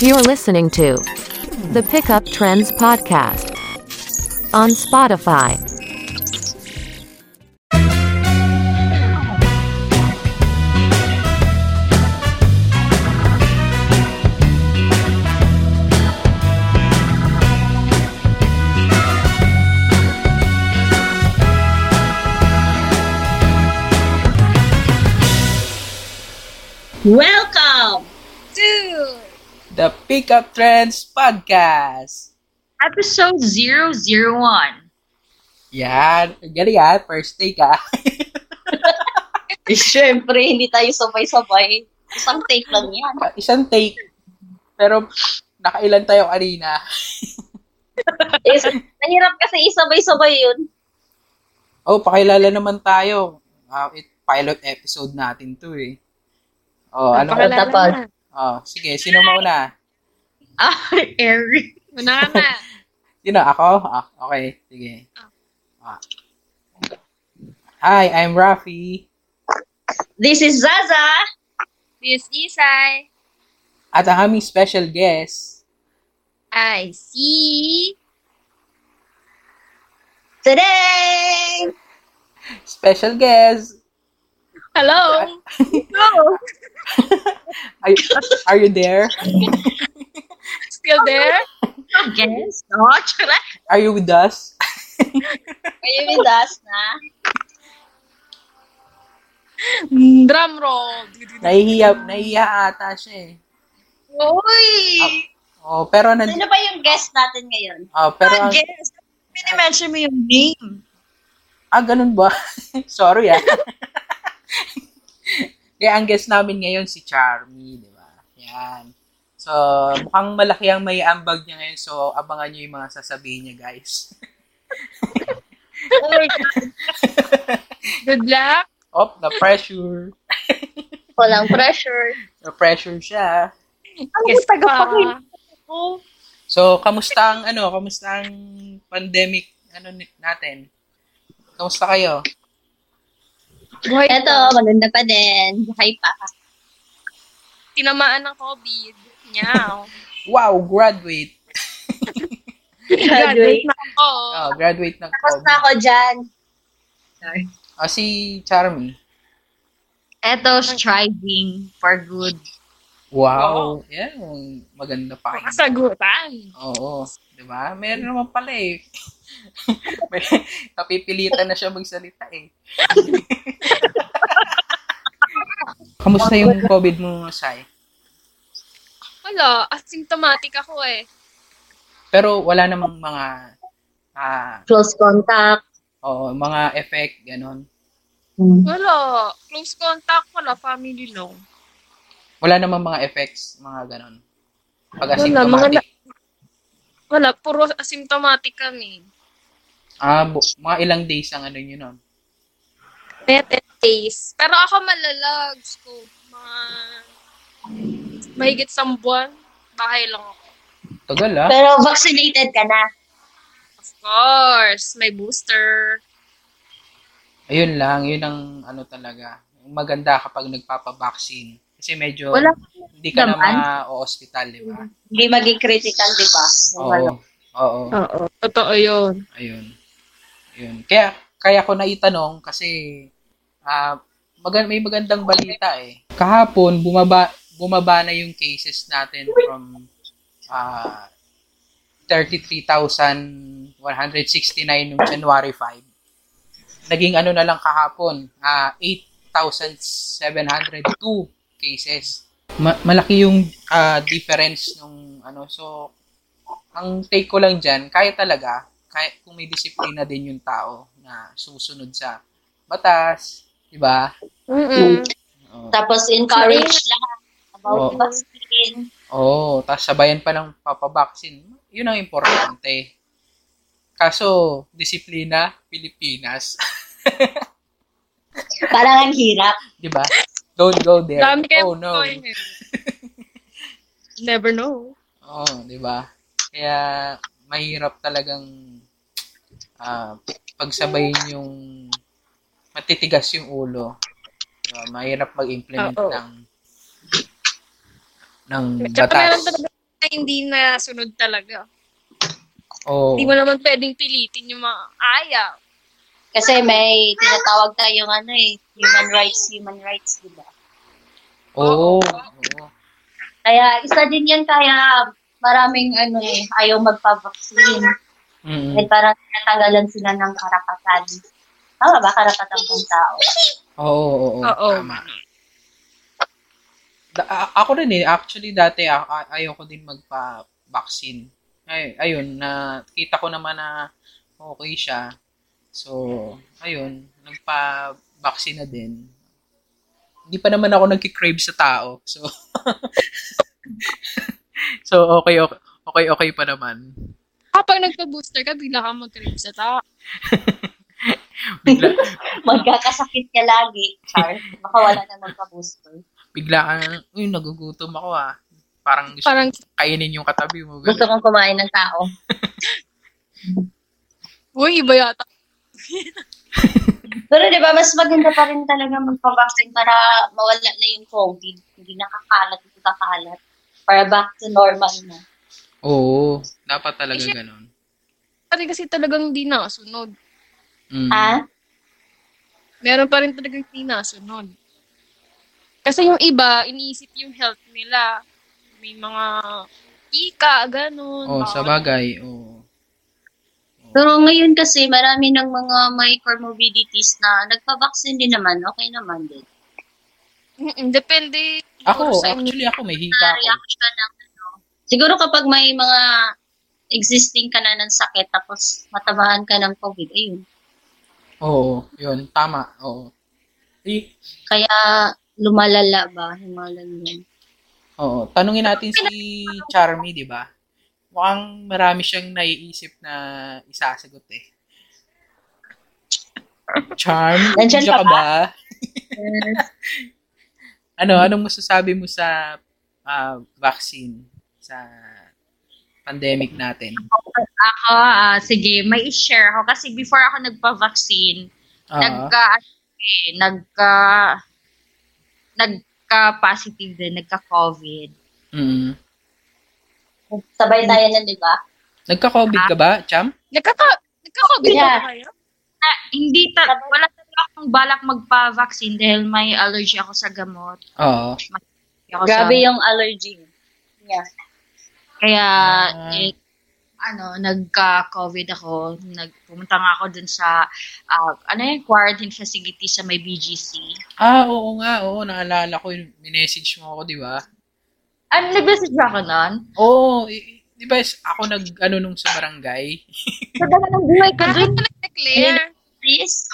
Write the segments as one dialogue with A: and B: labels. A: You're listening to the Pickup Trends Podcast on Spotify.
B: Welcome to
C: The Pickup Trends Podcast.
B: episode 001.
C: Yan. Galing ah. First take ah.
B: Siyempre, hindi tayo sabay-sabay. Isang take lang yan.
C: Isang take. Pero nakailan tayo kanina.
B: Is, nahirap kasi isabay-sabay yun.
C: Oh, pakilala naman tayo. Ah, it, pilot episode natin to eh. Oh, ano?
B: Pakilala. Tapad.
D: na.
C: Oh, sige. Sino mauna?
B: Ah, Eric.
D: Una ka na.
C: Sino? Ako? Ah, okay. Sige. Ah. Hi, I'm Rafi.
B: This is Zaza.
D: This is I.
C: At ang aming special guest.
D: I see.
B: Today!
C: Special guest!
D: Hello.
B: No!
C: Are, are you there?
D: Still there?
B: Guess? Oh, tsura.
C: Are you with us?
B: Kayo with us na.
D: Drum roll.
C: Nahihiya, nahihiya ata siya eh.
B: Uy!
C: Oh, pero nan
B: Sino ba yung guest natin ngayon?
C: oh, pero ang,
B: guest? Minimension mo yung name.
C: ah, ganun ba? Sorry ah. Kaya ang guest namin ngayon si Charmy, di ba? Yan. So, mukhang malaki ang may ambag niya ngayon. So, abangan niyo yung mga sasabihin niya, guys.
B: Oh my God.
D: Good luck.
C: Op, na-pressure.
B: Walang pressure.
C: Na-pressure siya.
D: Yes pa.
C: So, kamusta ang, ano, kamusta ang pandemic, ano, ni- natin? Kamusta kayo?
D: Buhay
B: Eto,
D: ka.
B: maganda pa din. Hi pa.
D: Tinamaan ng COVID. Nyaw.
C: Wow, graduate.
B: Graduate.
D: na ako.
C: Oh, graduate ng
B: Tapos
C: COVID.
B: na ako dyan.
C: Ah, si Charmy.
B: Eto, striving for good.
C: Wow. Yan, maganda pa.
D: Kasagutan.
C: Oo, di ba? Meron naman pala eh. May, napipilitan na siya magsalita eh. Kamusta yung COVID mo, Sai?
D: Wala. Asymptomatic ako eh.
C: Pero wala namang mga ah,
B: Close contact.
C: oo, mga effect, ganon.
D: Wala. Close contact. Wala. Family lang.
C: Wala namang mga effects, mga ganon. Pag
D: Wala, mga
C: asymptomatic.
D: na- Wala. Puro asymptomatic kami.
C: Ah, bu- mga ilang days ang ano nyo nun.
D: Better taste. Pero ako malalags ko. Mga mahigit sa buwan, bahay lang ako.
C: Tagal ah.
B: Pero vaccinated ka na.
D: Of course, may booster.
C: Ayun lang, yun ang ano talaga. Maganda kapag nagpapabaksin. Kasi medyo
B: Wala
C: hindi ka
B: naman.
C: na ma-hospital, di ba?
B: Hindi maging critical, di ba? ano.
C: Oo. Oo.
D: Oo. Totoo yun.
C: Ayun. Ayun. Kaya, kaya ko naitanong kasi ah magan may magandang balita eh. Kahapon, bumaba, bumaba na yung cases natin from ah 33,169 noong January 5. Naging ano na lang kahapon, ah 8,702 cases. Ma- malaki yung ah, difference nung ano. So, ang take ko lang dyan, kaya talaga, kaya, kung may disiplina din yung tao na susunod sa batas, di ba?
D: Mm-mm.
C: Oo,
B: Tapos encourage lahat about
C: Oo.
B: vaccine.
C: oh, tapos sabayan pa ng papabaksin. Yun ang importante. Kaso, disiplina, Pilipinas.
B: Parang ang hirap.
C: di ba? Don't go there.
D: Dami kayo
C: Oh, no.
D: magtutuloy ngayon. Never know.
C: Oo, di ba? Kaya mahirap talagang ah, pagsabayin yung matitigas yung ulo. Diba? Mahirap mag-implement
D: Oo.
C: ng ng
D: Tsaka meron
C: batas.
D: talaga na hindi nasunod talaga.
C: Oo.
D: Hindi mo naman pwedeng pilitin yung mga ayaw.
B: Kasi may tinatawag tayong ano eh, human rights, human rights, di ba?
C: Oo. Oo.
B: Kaya isa din yan kaya maraming ano eh, ayaw magpa-vaccine.
C: Mm.
B: Dahil parang tinatanggalan sila ng karapatan. Tama ba? Karapatan ng tao.
C: Oo, oo, oo.
D: Oo.
C: Tama. Da- a- ako rin eh, actually dati a- a- ayoko din magpa-vaccine. Ay, ayun, na kita ko naman na okay siya. So, ayun, nagpa-vaccine na din. Hindi pa naman ako nagki-crave sa tao. So, so okay, okay, okay, okay pa naman.
D: Kapag Ah, nagpa-booster ka, bigla ka mag-crave sa tao.
C: Bigla,
B: Magkakasakit ka lagi, Char. Baka wala na magka-booster.
C: bigla kang, uy, nagugutom ako ah. Parang gusto
D: Parang,
C: kainin yung katabi mo.
B: Gusto
C: ganun.
B: kong kumain ng tao.
D: uy, iba yata.
B: Pero di ba, mas maganda pa rin talaga magpa-vaccine para mawala na yung COVID. Hindi nakakalat, hindi kakalat. Para back to normal na.
C: Oo, dapat talaga
D: Eh,
C: ganun.
D: Parang kasi talagang hindi nasunod.
C: Mm.
B: Ah?
D: Meron pa rin talagang hindi nasunod. Kasi yung iba, iniisip yung health nila. May mga ika, ganun. ano.
C: Oo, Oh,
D: Bawal.
C: sa bagay. Oo.
B: Pero ngayon kasi marami ng mga may comorbidities na nagpa-vaccine din naman, okay naman din.
D: Mm-mm, depende. siguro
C: Ako,
D: sa immune-
C: actually ako, may hika ako.
B: Na-react ka ng ano. Siguro kapag may mga existing ka na ng sakit tapos matamaan ka ng COVID, ayun.
C: Oo, yun, tama. Oo. Eh,
B: Kaya lumalala ba? Himalan yun.
C: oo, tanungin natin si Charmy, di ba? Mukhang marami siyang naiisip na isasagot eh. Charm,
B: Nandyan
C: nandiyan ka
B: ka
C: ba? Ano, anong masasabi mo sa ah, vaccine? Sa pandemic natin?
B: Ako, ah, sige, may i-share ako. Kasi before ako nagpa-vaccine,
C: Oo.
B: nagka,
E: ano,
B: eh, nagka, nagka-positive din, nagka-COVID.
C: Mm.
B: Sabay tayo diba? na, di ba?
C: Nagka-COVID ka ba, Cham?
D: Nagkaka- Nagkaka-COVID
B: Yeah.
D: ba kayo?
E: Ah, hindi ta- wala talaga akong balak magpa-vaccine dahil may allergy ako sa gamot.
C: Oo.
E: Hindi Ako
B: Grabe
E: sa,
B: yung allergy. Yeah.
E: kaya
C: Ah.
E: eh, ano, nagka-COVID ako. Nagpumunta nga ako dun sa ah, ano yung quarantine facility sa may BGC.
C: Ah, oo nga. Oo, naalala ko. yun. Minessage mo ako, di ba?
E: Ano, nag-message ba ako nun?
C: Oo. i- i- Di ba is- ako nag, ano, nung sa barangay?
E: Buhay ka dun.
D: Declare.
B: Please?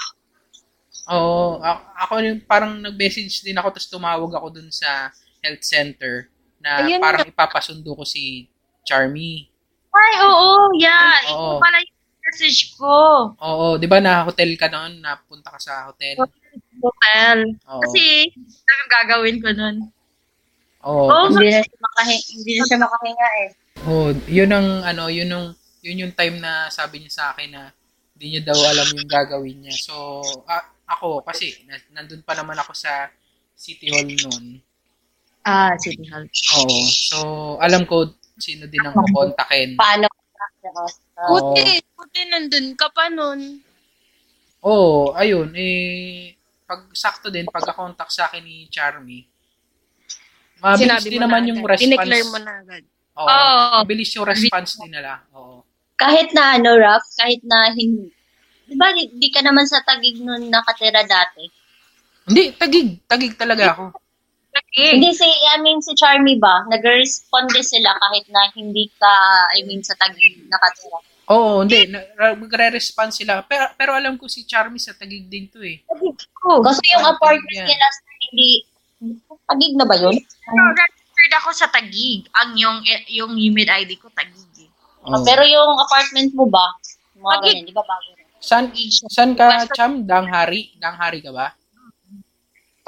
C: Oo. Ako, ako yung parang nag-message din ako tapos tumawag ako dun sa health center na
D: Ayun
C: parang ipapasundo ko si Charmy.
E: Ay, oo, yeah. Ikaw
C: Oo.
E: pala yung message ko.
C: Oo, di ba na hotel ka noon? Napunta ka sa hotel?
E: Well,
C: Oo.
E: kasi anong gagawin ko nun?
C: Oo.
E: Oh,
B: Hindi na siya, makahi- hindi na siya makahinga eh.
C: Oh, yun ang ano, yun ang yun yung time na sabi niya sa akin na hindi niya daw alam yung gagawin niya. So, a- ako kasi na- nandun pa naman ako sa City Hall noon.
E: ah, City Hall.
C: Oo. So, alam ko sino din ang kukontakin.
B: Paano ka
C: Oo.
D: Puti, puti nandun ka pa nun.
C: Oo, ayun eh pag sakto din pagka-contact sa akin ni Charmy. Mabilis din naman
D: na
C: yung
D: agad.
C: response.
D: Dineclare mo na agad.
C: Oo.
E: Oo.
C: Mabilis yung response din nila. Oo.
B: Kahit na ano, Raph, kahit na hindi. Di ba, di, di ka naman sa tagig nun nakatira dati?
C: Hindi, tagig. Tagig talaga ako.
F: Hmm.
B: Hindi, si, I mean, si Charmy ba? Nag-respond din sila kahit na hindi ka, I mean, sa tagig nakatira.
C: Oo, hindi. Na- Magre-respond sila. Pero, pero alam ko si Charmy sa Tagig din to eh.
B: Kasi yung
C: Ah,
B: apartment
C: tagig yan.
B: niya last time, hindi, tagig na ba yun?
E: Pero registered ako sa Tagig. Ang yung eh, yung humid ID ko Tagig. eh.
C: Oo.
B: Oh, Pero yung apartment mo ba? Mga
E: Tagig.
B: ganyan, di ba bago? rin?
C: San,
E: Tagig siya.
C: san ka, Cham? Danghari? Danghari ka ba?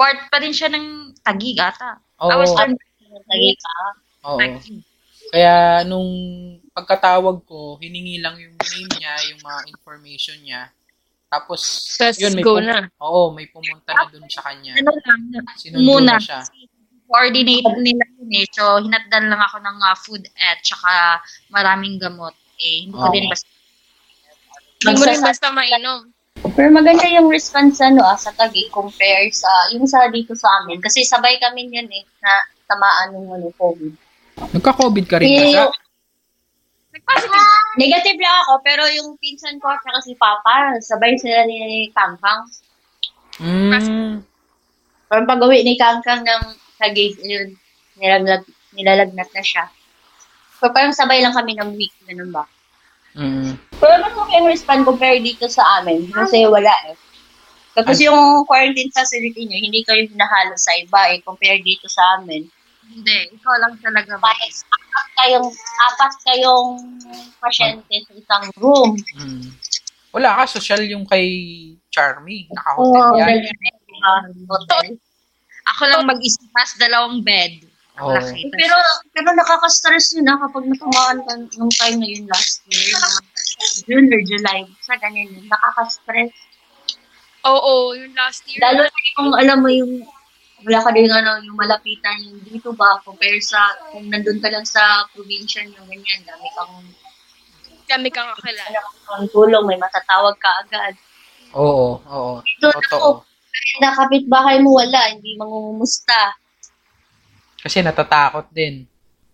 E: Part pa rin siya ng Tagig ata. I
C: Oo.
E: was from
B: Tagig ka.
C: Oo.
E: Tagig.
C: Kaya nung pagkatawag ko, hiningi lang yung name niya, yung mga information niya. Tapos,
D: Tapos
C: yun, may
D: go
C: pum-
D: na.
C: Oo, may pumunta na dun sa kanya.
E: Ano lang,
C: Sinundo
E: muna.
C: na siya.
E: coordinate nila yun eh. So, hinatdan lang ako ng ah, food at saka maraming gamot eh. Hindi ko
C: Okay.
E: din basta
D: Hindi mo rin
B: Magsasa-
D: basta mainom.
B: Pero maganda yung response ano, ah, sa Tagay compare sa yung sa dito sa amin. Kasi sabay kami yun eh, na tamaan ng ano, COVID.
C: Nagka-COVID ka rin
B: Eh,
C: kasi.
D: Nagpositive.
B: Negative lang ako, pero yung pinsan ko at saka si Papa, sabay sila ni Kangkang.
C: Mm.
B: Parang pag-uwi ni Kangkang ng Tagay, yun, nilalag, nilalagnat na siya. So, parang sabay lang kami ng week, ganun ba?
C: Mm.
B: Pero mas okay ang respond compare dito sa amin kasi wala eh. Tapos
C: Ay.
B: yung quarantine facility nyo, hindi kayo hinahalo sa iba eh, compare dito sa amin.
E: hindi. Ikaw lang talaga ba?
B: Parang apat kayong, apat kayong pasyente sa isang room.
C: Mm. Wala ka, social yung kay Charmy. Naka-hotel
B: Oo,
C: yan.
B: ganyan. Diba? Hotel.
E: Ako lang mag-isip mas dalawang bed.
C: Oo.
E: Ang laki.
B: Eh, Pero, pero nakaka-stress yun ah kapag natumaan ka nung time na yun last year. mga June or July. Sa ganyan yun. Nakaka-stress.
D: Oo, yung last year.
B: Lalo na kung alam mo yung wala ka din ano, yung malapitan yung dito ba, compare sa, kung nandun ka lang sa probinsya nyo, ganyan, dami kang,
D: Kami kang kakilala.
B: ano, kang tulong, may matatawag ka agad.
C: Oo, oo.
B: Ito
C: Totoo.
B: Na kapitbahay mo wala, hindi mangungumusta.
C: Kasi natatakot din.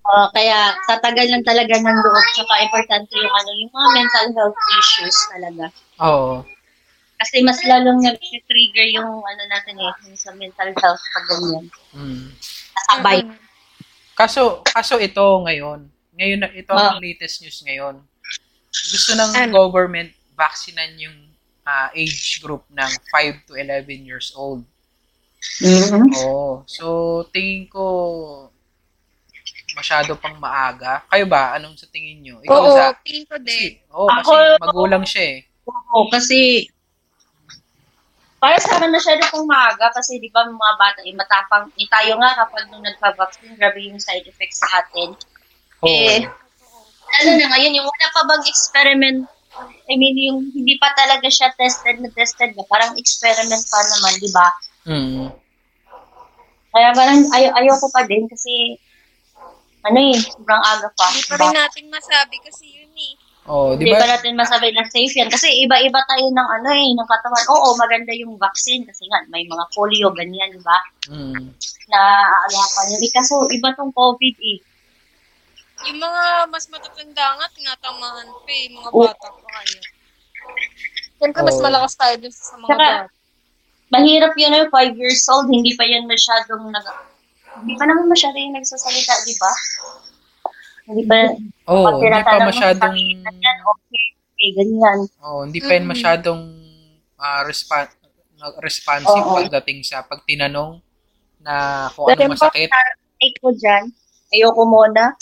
B: Ah, kaya tatagal lang talaga ng loob, tsaka importante yung ano, yung mga mental health issues talaga.
C: Oo.
B: Kasi mas lalong nag-trigger yung ano natin eh, yung sa mental health pag ganyan.
C: Mm.
B: Sabay.
C: Kaso, kaso ito ngayon, ngayon na- ito
B: Ah.
C: ang latest news ngayon. Gusto ng
D: Ano?
C: government vaksinan yung ah, age group ng 5 to 11 years old.
B: Mm-hmm.
C: Oo. So, tingin ko masyado pang maaga. Kayo ba? Anong sa tingin nyo? Ikaw,
D: Oo,
C: Zach?
D: feeling ko din.
C: Kasi, oo, kasi
B: Ako-
C: magulang siya eh.
B: Oo, Oh, kasi para sa akin masyado pong maaga kasi di ba mga bata eh, matapang eh, tayo nga kapag nung nagpa-vaccine, grabe yung side effects sa atin.
C: Oo.
B: Eh, Lalo na ngayon, yung wala pa bang experiment, I mean, yung hindi pa talaga siya tested na tested na, parang experiment pa naman, di ba?
C: Mm.
B: Kaya parang ay ayoko pa din kasi, ano eh, sobrang aga pa.
D: Hindi pa
B: Diba?
D: rin natin masabi kasi yun eh.
C: Oo, di
B: Hindi
C: ba?
B: pa natin masabi na safe yan. Kasi iba-iba tayo ng ano eh, ng katawan. Oo, maganda yung vaccine kasi nga may mga polio, ganyan, di ba?
C: Mm.
B: Na aalapan yun. Eh, kaso iba tong COVID eh.
D: Yung mga mas matatanda nga, tinatamahan pa eh. Mga
B: Oo.
D: bata pa eh. kayo. Siyempre, mas
C: Oo.
D: malakas tayo dun sa mga
B: Saka,
D: bata.
B: Mahirap yun eh, five years old, hindi pa yan masyadong nag... Hindi pa naman masyado yung nagsasalita, di ba? Hindi pa...
C: Oo,
B: pag
C: hindi pa
B: tinatanong mo,
C: masyadong...
B: sabihin na yan, okay, okay, ganyan.
C: Oo, hindi pa yun masyadong ah, respa- na- responsive
B: Oo.
C: pagdating sa pagtinanong na kung
B: Dati po,
C: anong masakit.
B: parang take ko dyan. Ayoko muna.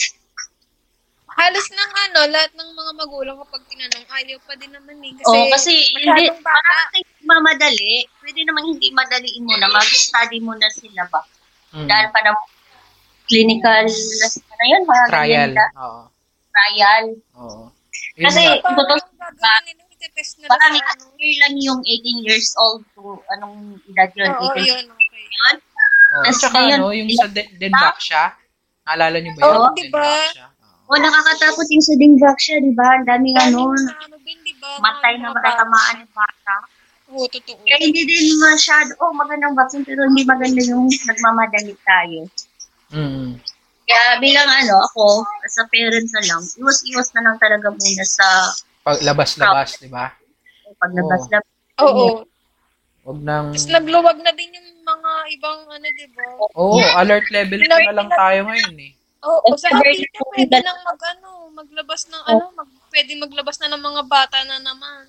D: Halos ng ano, lahat ng mga magulang kapag tinanong, ayaw pa din naman eh. Kasi,
B: Kasi, oh, kasi hindi,
D: masyadong bata.
B: parang hindi mamadali. Pwede namang hindi madaliin muna. Mag-study muna sila ba?
C: Mm.
B: Dahil pa naman clinical, ano yun? Parang
C: Trial.
B: ganyan na,
C: Oo.
B: Trial.
C: Oo. Yun
B: Kasi,
C: nga.
D: parang
B: totoo,
D: yung gagawin nila, itetest nila sa
B: parang
D: ano.
B: last year lang yung 18 years old to anong edad yun?
D: Oo,
B: 18
D: yun, okay.
C: Oo.
B: Tapos
C: Tsaka
B: ngayon, Ah?
C: ano, yung sa De- Denbak siya, naalala niyo ba yun?
D: Oo,
B: diba?
D: di ba?
C: Denbak siya. Oo.
B: Oh, nakakatakot yung sa dingbak siya, di ba? Ang daming ano,
D: Galing sa ano din, di ba? mga
B: matay na
D: mga
B: matatamaan
D: bata.
B: ng bata.
D: Oo, totoo.
B: Kaya hindi din masyado, oh, magandang vaccine, pero hindi maganda yung nagmamadali tayo.
C: Mm.
B: Kaya bilang ano, ako, as a parent na lang, iwas-iwas na lang talaga muna sa
C: Pag
B: Ah.
C: labas-labas, diba? di ba?
B: paglabas na.
D: Oo.
C: Huwag nang...
D: Tapos nagluwag na din yung mga ibang ano, di ba?
C: Oo, alert level pa na lang tayo ngayon eh.
D: Oo,
B: Tapos
D: sa
B: sabay
D: atin
B: na po
D: pwede
B: yung-
D: nang mag, ano, maglabas ng ano, mag, pwede maglabas na ng mga bata na naman.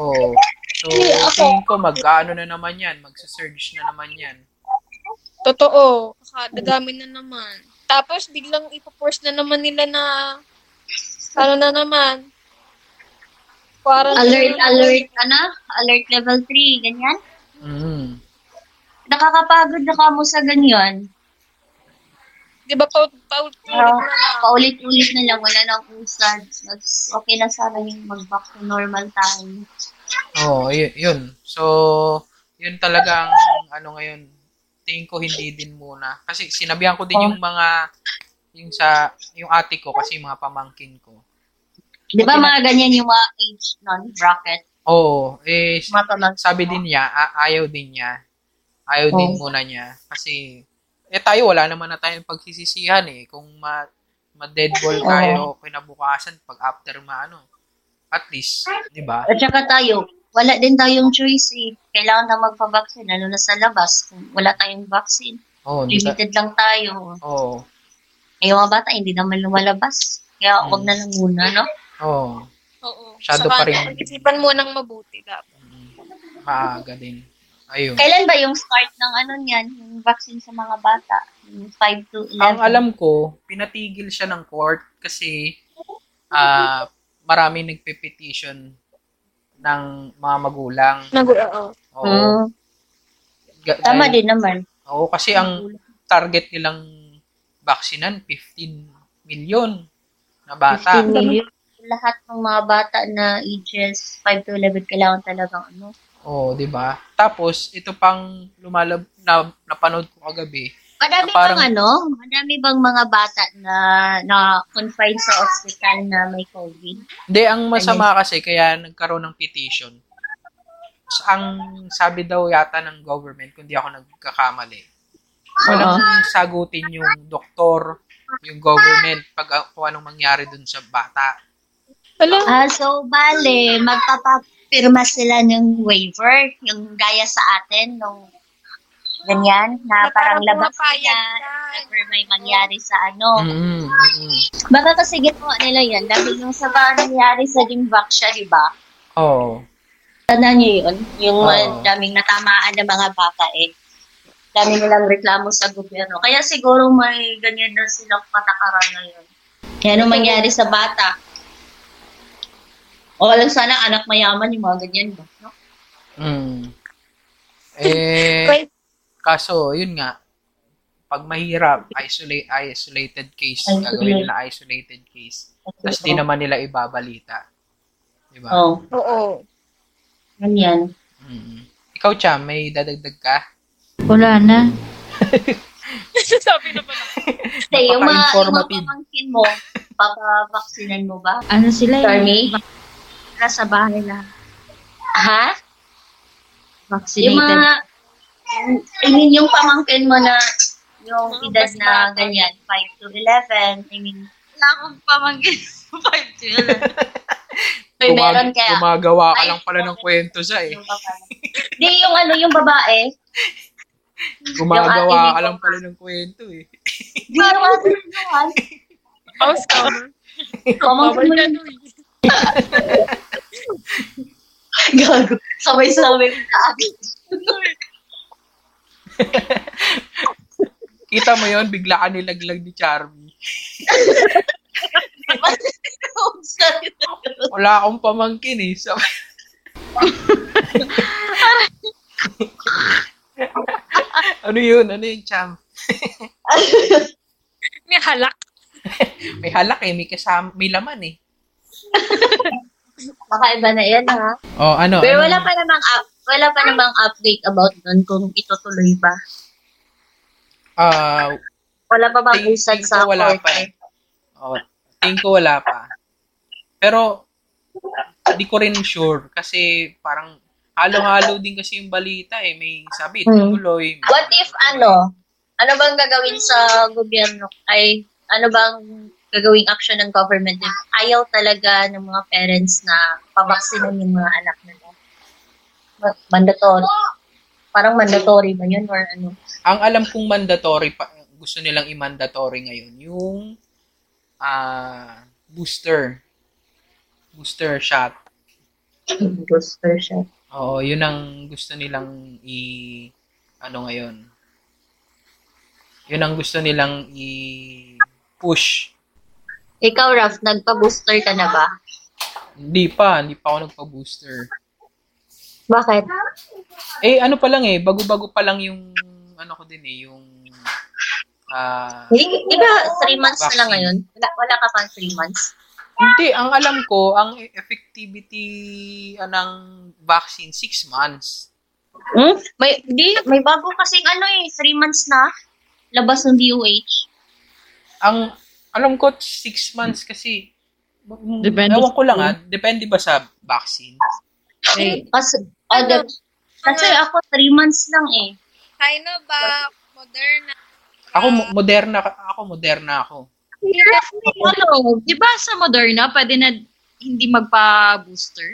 C: Oo. So, tingin ko mag-ano na naman yan, magsa-surge na naman yan.
D: Totoo. Kakadadami na naman. Tapos biglang ipoforce na naman nila na ano na naman. Parang
B: Alert, alert, ano? Alert level 3, ganyan.
C: Mm.
B: Nakakapagod na ka mo sa ganyan.
D: 'Di ba pa paulit na
B: Ah,
D: lang.
B: paulit-ulit na lang, wala nang usad. Mas okay na sana yung mag-back to normal tayo.
C: Oo, oh, yun. So, yun talagang ano ngayon, tingin ko hindi din muna. Kasi sinabihan ko din yung mga, yung sa, yung ate ko kasi yung mga pamangkin ko.
B: Di ba mga ganyan yung mga age nun, bracket?
C: Oo, eh,
G: Matalang
C: sabi din niya, a- ayaw din niya. Ayaw din muna niya. Kasi, eh tayo, wala naman na tayong pagsisisihan eh. Kung ma, ma-deadball tayo kinabukasan pag after maano. At least, di ba?
B: At saka tayo, wala din tayong choice eh. Kailangan na magpa-vaccine, lalo na sa labas. Kung Wala tayong vaccine.
C: Oo, di ba?
B: Limited lang tayo.
C: Oo.
B: Eh, yung mga bata, hindi naman lumalabas. Kaya
C: Hmm.
B: huwag na lang muna, no?
C: Oo.
D: Oo.
C: Shadow
D: Saka,
C: pa rin.
D: Isipan mo nang mabuti dapat.
C: Maaga din. Ayun.
B: Kailan ba yung start ng ano niyan, yung vaccine sa mga bata? Yung 5 to 11?
C: Ang alam ko, pinatigil siya ng court kasi ah marami nagpe-petition ng mga magulang.
D: Nag- oo.
C: Oo.
B: Hmm.
C: Ga-
B: Tama
C: dahil-
B: din naman.
C: Oo, kasi ang target nilang baksinan, 15 million na bata.
B: 15 million. Lahat ng mga bata na ages 5 to 11 kailangan talagang ano.
C: Oo, di ba? Tapos, ito pang lumalab na napanood ko kagabi.
B: Madami
C: Ah, parang-
B: bang ano? Madami bang mga bata na na confined sa ospital na may COVID?
C: Hindi, ang masama kasi, kaya nagkaroon ng petition. S- Ang sabi daw yata ng government, kung di ako nagkakamali, walang sagutin yung doktor, yung government, pag ah, kung anong mangyari dun sa bata.
D: Alam,
B: Ah, so bale, magpapapirma sila ng waiver, yung gaya sa atin nung ganyan, na
D: Na
B: parang
D: parang
B: labas
D: pumapayag
B: sila
D: ka.
B: never may mangyari sa ano.
C: Mm-mm, mm-mm.
B: Baka kasi ginawa nila yan, dahil yung sa ba nangyari sa Dimbak siya, di ba?
C: Oo.
B: Tandaan niyo yun, yung
C: Oo.
B: uh, daming natamaan ng mga bata eh. Dami nilang reklamo sa gobyerno. Kaya siguro may ganyan na silang patakaran ngayon. Kaya anong mangyari sa bata? O alam sana anak mayaman yung mga ganyan ba? No?
C: Mm. Eh,
D: Wait.
C: kaso, yun nga, pag mahirap, isolate, isolated case, gagawin nila isolated case. Tapos di naman nila ibabalita. Di ba?
B: Oo,
D: oo.
B: ganyan.
C: Mm. Ikaw, Cham, may dadagdag ka?
B: Wala na.
D: Sabi na pala.
B: Kasi yung mga, yung mga
C: Napaka-informative.
B: pamangkin mo, papabaksinan mo ba? eh?
F: Ano sila
B: Sorry?
F: Nasa bahay na.
B: Ha?
F: Vaccinated.
B: Yung mga, I mean, yung pamangkin mo na, yung edad na ganyan, 5 to 11, I mean,
F: Wala akong pamangkin. Five to yun.
B: may meron kaya.
C: Gumagawa ka lang pala ng kwento sa eh.
B: Yung babae. Di, yung ano, yung babae.
C: Gumagawa ka lang pala ng kwento eh.
B: Di, yung ano, yung babae.
D: House cover.
B: Pamangkin
D: Bawal
B: mo
D: na
B: yun.
D: nun.
B: Gago. Sabay-sabay.
C: Kita mo yon bigla ka nilaglag ni Charmy. Wala akong pamangkin eh. So, ano yun? Ano yun, Cham?
D: May halak.
C: May halak eh, may kasama, may laman eh.
B: Baka iba na yan, ha?
C: Oh, ano?
B: Pero
C: ano?
B: wala pa namang, up- wala pa namang update about nun kung itutuloy ba.
C: Ah,
B: Wala pa bang
C: Tingin-
B: usad
C: tingin
B: sa
C: ko wala
B: court?
C: pa eh. oh, tingin ko wala pa. Pero, hindi ko rin sure kasi parang halo-halo din kasi yung balita eh. May sabi, tuloy.
B: Hmm. What if ano? Ano bang gagawin sa gobyerno? Ay, ano bang gagawing action ng government if ayaw talaga ng mga parents na pabaksinan yung mga anak nila? Ma- Mandatory. Parang mandatory ba yun or ano?
C: Ang alam kong mandatory, pa, gusto nilang i-mandatory ngayon, yung ah booster. Booster shot.
B: Booster siya.
C: Oo, yun ang gusto nilang i ano ngayon. Yun ang gusto nilang i push.
B: Ikaw, Raf, nagpa-booster ka na ba?
C: Hindi pa, hindi pa ako nagpa-booster.
B: Bakit?
C: Eh ano pa lang eh, bago-bago pa lang yung ano ko din eh, yung ah
B: Di, di ba three months na lang
C: Vaccine.
B: ngayon? Wala, wala ka pang three months?
C: hindi, ang alam ko, ang effectivity ah, ng vaccine, 6 months.
B: Hmm? May, di, may bago kasing ano eh, three months na labas ng DOH.
C: Ang, alam ko, six months kasi.
H: Depende
C: Ewan ko lang
H: sa- ano.
C: ah, depende ba sa vaccine?
B: Kasi, ah,
D: Ano?
B: that- kasi ako three months lang eh.
D: Sinovac, Moderna.
C: Ako, mo- Moderna, ka- ako, Moderna ako.
F: Ano, di ba sa Moderna, pwede na hindi magpa-booster?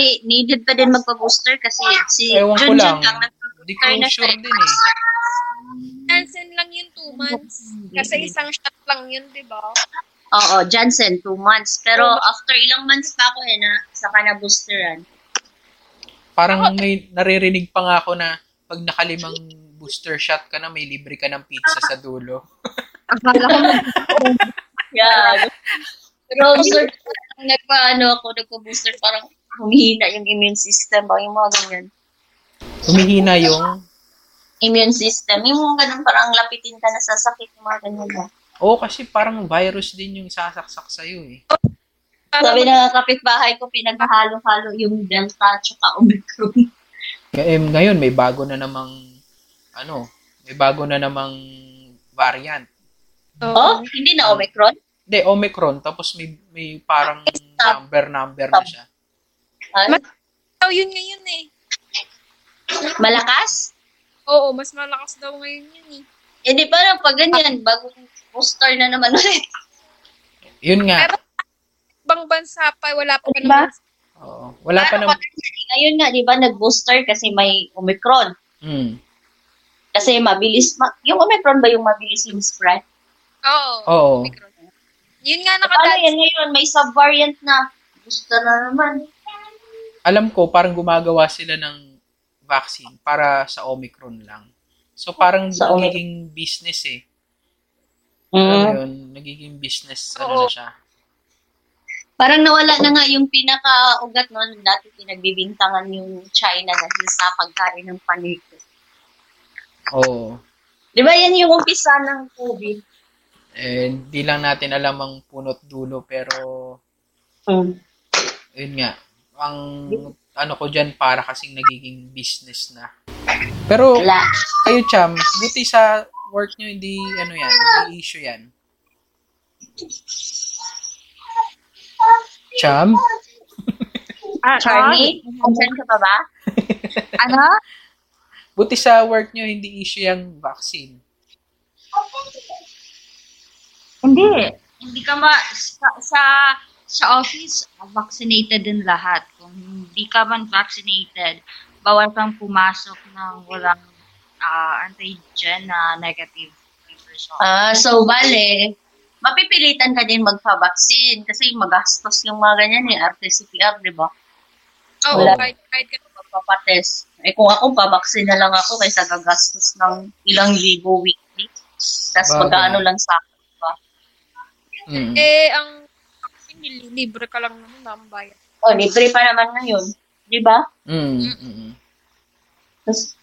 B: Di, needed pa din magpa-booster kasi si
C: Ewan ko
B: Jun Jun lang
C: lang. Hindi ko
B: nagpa-booster na siya.
C: sure din eh.
D: Janssen lang yun, two months. Kasi isang shot lang yun, di ba?
B: Oo, Janssen, two months. Pero after ilang months pa ako eh, na, saka na-boosteran.
C: Parang may naririnig pa nga ako na pag nakalimang booster shot ka na, may libre ka ng pizza sa dulo.
E: Akala ko
B: Yeah. Pero sir, nung nagpa-ano ako, nagpa-booster, parang humihina yung immune system. Parang yung mga ganyan.
C: Humihina yung...
B: Immune system. Yung mga ganun, parang lapitin ka na sa sakit. Yung mga ganyan na.
C: Oo, kasi parang virus din yung sasaksak sa'yo eh.
B: Sabi na kapitbahay ko, pinaghalo-halo yung Delta at saka Omicron.
C: Kaya, eh, ngayon, may bago na namang... Ano? May bago na namang variant.
B: Oh, hindi na Omicron?
C: Hindi, Omicron. Tapos may, may parang
D: Ah,
C: number-number na siya.
B: Ah,
D: Daw yun ngayon eh.
B: malakas?
D: Oo, mas malakas daw ngayon yun eh.
B: Eh di parang pag ganyan, bagong booster na naman ulit.
C: Yun nga.
D: Pero- Ibang bansa pa, wala pa
B: Diba?
D: naman.
C: Oo. Wala pa
B: Pero
C: naman...
B: parang Ngayon nga, di ba, nag-booster kasi may Omicron.
C: Mm.
B: Kasi mabilis, ma- yung Omicron ba yung mabilis yung spread? Eh,
D: Oo.
C: Oo.
D: Omicron. Yun nga
B: Paano
D: nakadali.
B: yan ngayon? May subvariant na. Booster na naman.
C: alam ko parang gumagawa sila ng vaccine para sa Omicron lang. So parang
B: Sa Omicron.
C: nagiging business eh.
D: Hmm.
C: Alam mo yun, nagiging business ano na siya.
B: Parang nawala na nga yung pinaka-ugat noon. Dati pinagbibintangan yung China dahil sa pagkain ng panig.
C: Oo.
B: Di ba yan yung umpisa ng COVID?
C: Eh, di lang natin alam ang punot dulo pero yun nga. Ang ano ko dyan para kasing nagiging business na. Pero
B: Wala.
C: kayo Cham, buti sa work nyo hindi ano yan, hindi issue yan. Cham?
B: Charlie, nandyan ka pa ba?
F: Ano?
C: Buti sa work nyo, hindi issue yung vaccine.
F: Hindi. Hindi ka ma... Sa, sa, sa office, vaccinated din lahat. Kung hindi ka man vaccinated, bawal kang pumasok ng walang ah, antigen na negative result.
B: Ah, so bale, mapipilitan ka din magpa-vaccine kasi magastos yung mga ganyan eh, RT-CPR, di ba?
D: Oo,
B: Wala.
D: kahit, kahit ka
B: Magpapatest. Eh kung ako, pa-vaccine na lang ako kaysa gagastos ng ilang libo weekly. Tapos
C: Bagay.
B: pagkaano lang sa akin, di ba?
C: Mm.
D: Eh, ang vaccine, nil- libre ka lang naman na ang bayad.
B: Oh, libre pa naman ngayon, di ba?
C: Mm, mm,
B: Tapos,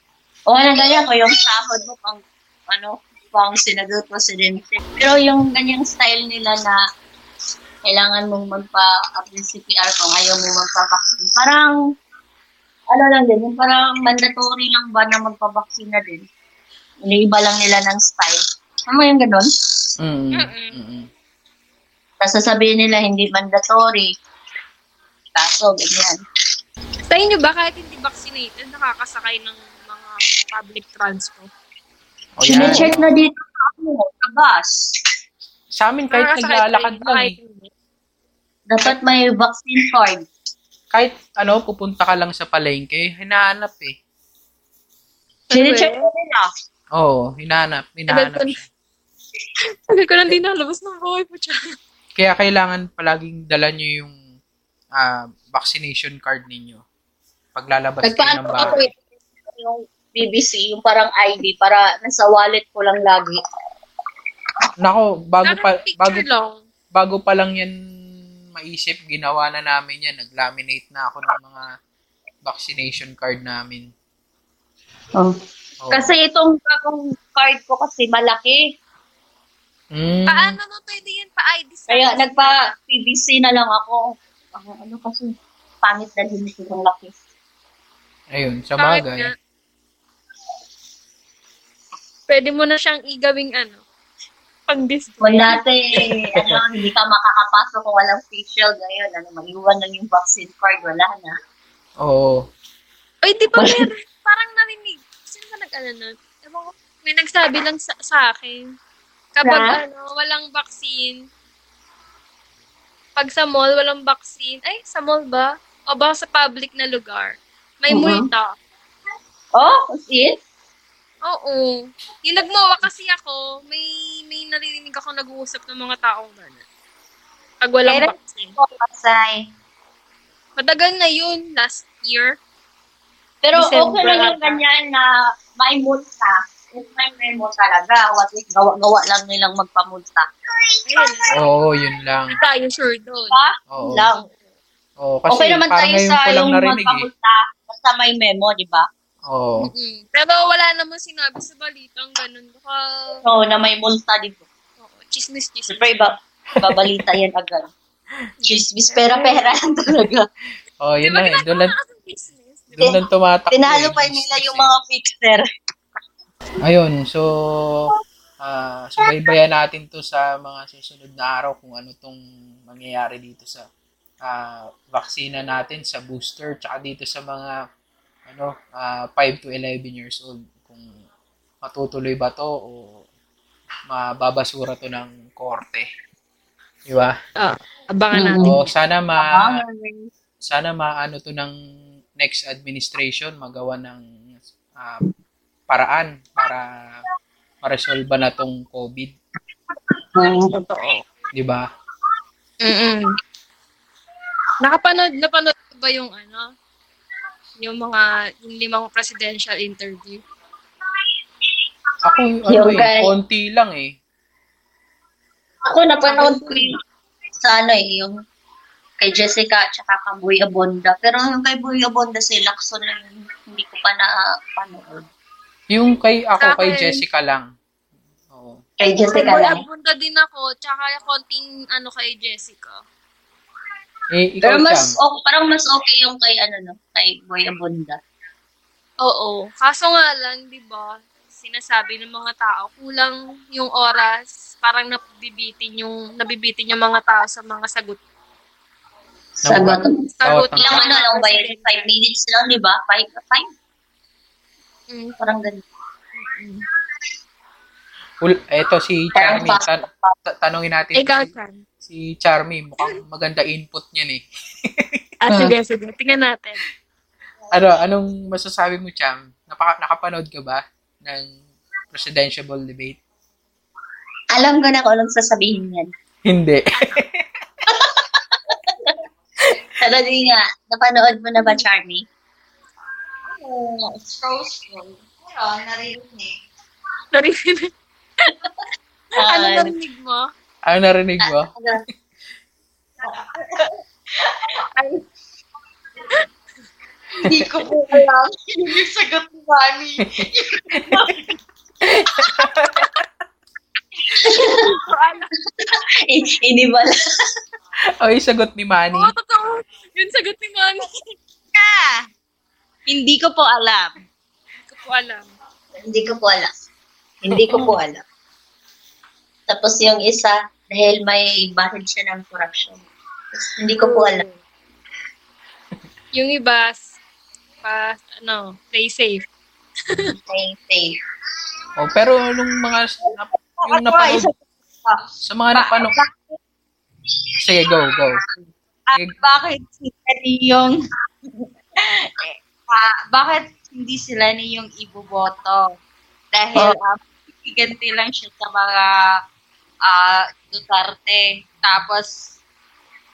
B: o ano ganyan ko, yung sahod mo pang, ano, pang senador presidente. Pero yung ganyang style nila na kailangan mong magpa-CPR kung ayaw mo magpa-vaccine. Parang, ano lang din, yung parang mandatory lang ba na magpa-vaccine na din. Iniiba lang nila ng style. Ano yung ganun?
C: mm,
D: Mm-mm.
C: mm.
B: Tapos sasabihin nila, hindi mandatory. Kaso, ganyan.
D: Sa inyo ba, kahit hindi vaccinated, nakakasakay ng mga public transport?
C: O yan.
B: Sinecheck na dito ano, sa bus.
C: Sa amin, kahit
D: Nakakasakay
C: naglalakad lang
D: kayo,
C: eh.
D: kahit hindi.
B: Dapat may vaccine card.
C: Kahit ano, pupunta ka lang sa palengke, hinahanap eh.
B: Sinecheck na nila.
C: Oo, hinahanap, hinahanap
D: Tagal ko-
C: ano siya.
D: Tagal ko lang din nalabas ng buhay po siya.
C: Kaya kailangan palaging dala nyo yung ah, vaccination card ninyo. Paglalabas kayo ng
B: Nagpaano ako
C: bahay.
B: eh, yung BBC, yung parang ID, para nasa wallet ko lang lagi.
C: Nako, bago pa,
D: Parang
C: bago, Mm.
D: picture lang.
C: bago pa lang yan maisip, ginawa na namin yan. Nag-laminate na ako ng mga vaccination card namin.
B: Oh.
C: Oo.
B: Kasi itong bagong card ko kasi malaki.
C: Mm.
D: Paano no pwede yan? Pa-ID sa
B: Kaya nagpa-BBC na lang ako. Ang ano kasi, pangit na din ito ng laki.
C: Ayun, sa
D: Kahit
C: bagay.
D: na, pwede mo na siyang igawing ano, pang-display.
B: Kung dati, ano, hindi ka makakapasok kung walang face shield. Ngayon, ano, maiwan lang yung vaccine card. Wala na.
C: Oo.
D: Ay, di ba meron? parang narinig. Sino ba nag-ano nun? Ewan ko, may nagsabi lang sa, sa akin. Kapag
B: Na?
D: ano, walang vaccine. Pag sa mall, walang vaccine. Ay, sa mall ba? O ba sa public na lugar? May
B: Mm-hmm.
D: multa.
B: Oh, that's it?
D: Oo. Yung nagmawa kasi ako, may may naririnig ako nag-uusap ng mga taong gano'n. Pag walang
B: Kailan-
D: vaccine.
B: Oh, Pasay.
D: Matagal na yun, last year.
B: Pero okay
D: December
B: lang yung
D: ata.
B: ganyan na may multa. If may may multa talaga, what if gawa-gawa lang nilang magpamulta.
D: Ayun.
C: Oo, yun lang.
D: Hindi tayo sure doon.
B: Diba?
C: Oo.
B: Lang.
C: Oo, kasi
B: okay naman
C: parang
B: tayo
C: ngayon
B: sa
C: ko lang
B: yung
C: narinig eh.
B: magpamulta. Basta may memo, di ba?
C: Oo.
D: Mm-mm. Pero wala naman sinabi sa balitang ganun. Baka,
B: So, na may multa, di ba?
D: oo, chismis, chismis.
B: Siyempre, iba, babalita yan agad. Chismis, pera-pera lang talaga.
C: Oo, yun
D: Diba
C: na eh. Doon
D: ginagawa
C: lang,
D: kasi chismis? Diba?
C: doon lang tumatakbo.
B: Tinalo
C: eh.
B: pa nila yung mga fixer.
C: Ayun, so ah subaybayan natin to sa mga susunod na araw kung ano tong mangyayari dito sa ah vaksina natin sa booster tsaka dito sa mga ano ah 5 to 11 years old kung matutuloy ba to o mababasura to ng korte. Di ba?
D: Abangan natin.
C: O sana ma sana maano to ng next administration magawa ng ah, paraan para ma-resolve na tong COVID,
D: Mm. Totoo.
C: 'di ba?
D: Mm-mm. Nakapanood, napanood ko ba yung ano? Yung mga, yung limang presidential interview?
C: Ako ano
B: Yung
C: eh,
B: kay-
C: konti lang eh.
B: Ako, napanood ko yung sa ano eh, yung kay Jessica at saka kay Boy Abonda. Pero yung kay Boy Abonda, si Lacson na yun, hindi ko pa napanood.
C: Yung kay ako
D: Sa
C: kay
D: akin-
C: Jessica lang. Oo.
B: Kay Jessica
D: Wala,
B: lang.
D: punta din ako, tsaka konting ano kay Jessica.
C: Eh ikaw
B: Pero mas,
C: Cham.
B: ok parang mas okay yung kay ano no, kay Boy Abonda.
D: Oo. Kaso nga lang, di ba, sinasabi ng mga tao, kulang yung oras, parang nabibitin yung, nabibitin yung mga tao sa mga sagot.
B: Sagot.
D: Sagot
C: tama.
B: Ilang
D: ng
B: ano lang ba yun?
D: presidente.
B: Five minutes lang, di ba? Five, five?
D: Mm.
B: Parang ganun.
C: Ul- eto si Charmy, tan- ta- tanongin natin
D: Ikaw,
C: si,
D: Chan.
C: si Charmy, mukhang maganda input niyan eh.
D: Ah, sige, sige. Tingnan natin.
C: Ano, anong masasabi mo, Cham? Napaka- nakapanood ka ba ng presidential debate?
B: Alam ko na kung anong sasabihin yan.
C: Hindi.
B: Pero di nga, napanood mo na ba, Charmy?
F: Oo, scroll-scroll. Pero, naririnig.
D: Narinig. ano
B: Ah,
D: narinig mo?
C: ano narinig mo?
F: Hindi ko po alam. Yun yung sagot ni Manny.
B: in- Inibal.
C: O, yung sagot ni Manny.
D: Oo, totoo. Yun sagot ni Manny.
B: Hindi ko po alam.
D: Hindi ko po alam.
B: Hindi ko po alam. Hindi ko po alam. Tapos yung isa, dahil may bahid siya ng corruption. Tapos Hindi ko po alam.
D: Yung iba, s- pa, ano, play safe.
B: Ay, safe.
C: Oh, pero nung mga nap- yung napanood sa mga napanood Sige, go, go.
F: Ah,
C: Sige,
F: bakit sila ni yung... Eh, ah, bakit hindi sila ni yung iboboto? Dahil oh. lang siya sa mga ah, Duterte. Tapos,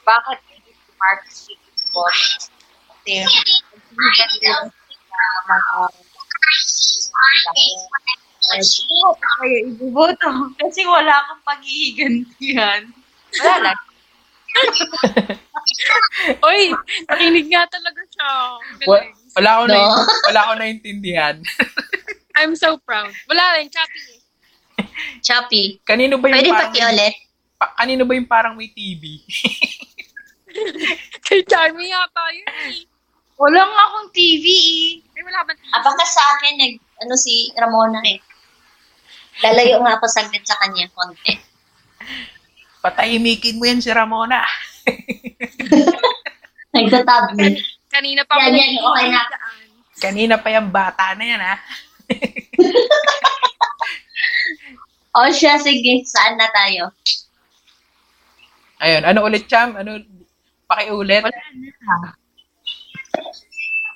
F: bakit hindi si Marcos yung iboboto? Kasi, nagbibigyan lang siya sa mga Ay, bakit kayo iboboto? Kasi wala akong paghihigantihan. Wala lang.
D: Oy, nakinig nga talaga siya.
C: Wa-
D: Galing.
C: wala ko na
B: No.
C: wala ko naintindihan.
D: I'm so proud. Wala rin, choppy.
B: Chappy,
C: kanino ba yung
B: pwede
C: parang,
B: pakiulit?
C: pa- kanino ba yung parang may TV?
D: Kay Charmy yata yun eh.
F: Walang akong TV eh.
D: Ay, wala ka bang
B: Ah, baka sa akin, nag, ano si Ramona eh. Lalayo nga ako saglit sa kanya, konti.
C: Patahimikin mo yan si Ramona.
B: Nagtatablet.
D: Kanina pa
B: Yan,
D: ako
B: yan, okay na.
D: daan.
C: Kanina pa yung bata na yan, ha?
B: O siya, sige, saan na tayo?
C: Ayun, ano ulit, Cham? Ano, pakiulit?
F: Wala na.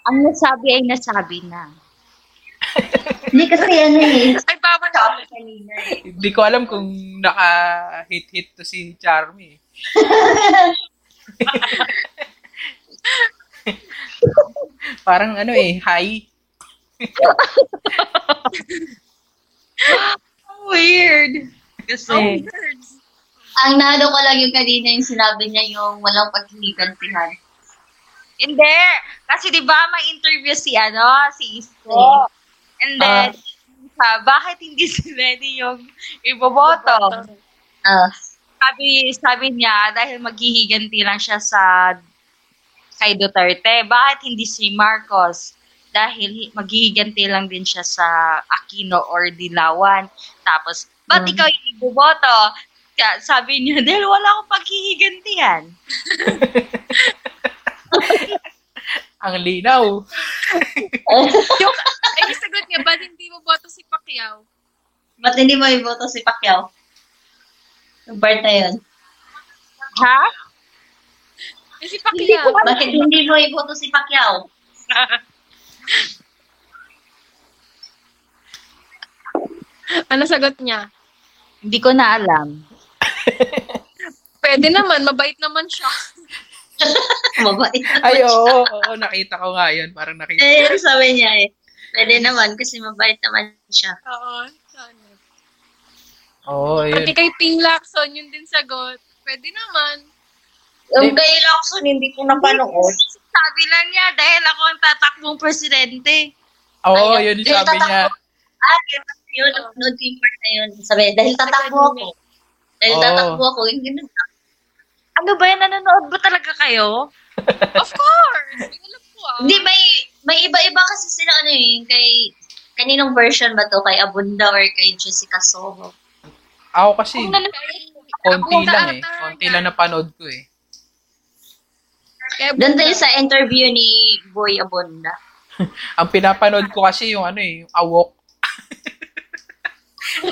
F: Ang nasabi ay nasabi na.
B: Hindi kasi ano eh.
D: Ay, bawal
B: Topic kanina eh.
C: Hindi ko alam kung naka-hit-hit to si Charmy. Parang ano eh, hi.
F: Weird.
D: Oh,
F: Kasi,
B: Ang nalo ko lang yung kanina yung sinabi niya yung walang paghihigantihan.
F: hindi. Kasi di ba may interview si ano, si Isko. And then, sa bakit hindi si Lenny yung iboboto?
B: Ah,
F: Sabi, sabi niya, dahil maghihiganti lang siya sa kay Duterte. Bakit hindi si Marcos? Dahil hi- maghihiganti lang din siya sa Aquino or Dilawan. Tapos, ba't ikaw yung iboboto? Kaya Sabi niya, dahil wala akong paghihigantihan.
C: Ang linaw.
D: Yung, ay, yung sagot niya, ba't hindi mo boto si Pacquiao?
B: ba't hindi mo iboto si Pacquiao? Yung part na yun.
F: Ha?
D: Eh, si Pacquiao.
B: Bakit hindi mo iboto si Pacquiao?
D: Ano sagot niya?
F: Hindi ko na alam.
D: Pwede naman, mabait naman siya.
B: Mabait na
C: Ay, oo, oo, nakita ko nga yun. Parang nakita.
B: Eh, yun sabi niya eh. Pwede naman kasi mabait naman siya.
D: Oo. sana.
C: Oo, oh, yun.
D: Pati kay Ping Lacson, yun din sagot. Pwede naman.
B: Yung kay Lacson, hindi ko napanood.
F: Sabi lang niya, dahil ako ang tatakbong presidente.
C: Oo, yun yung sabi niya.
B: Ah, yun, yun, nood ko yung part na yun. Sabi, dahil tatakbo ako. Dahil
C: Oo.
B: tatakbo ako, hindi na
F: Ano ba yan? Nanonood ba talaga kayo?
D: Of course! May alam ko ah.
B: Hindi, may, may iba-iba kasi sila ano eh, kay, kaninong version ba to? Kay Abunda or kay Jessica Soho?
C: Ako kasi, konti
D: Abunda
C: lang eh.
D: ata
C: Konti
D: yan.
C: lang napanood ko eh.
D: Kaya
B: Doon tayo sa interview ni Boy Abunda.
C: Ang pinapanood ko kasi yung ano eh, yung awok.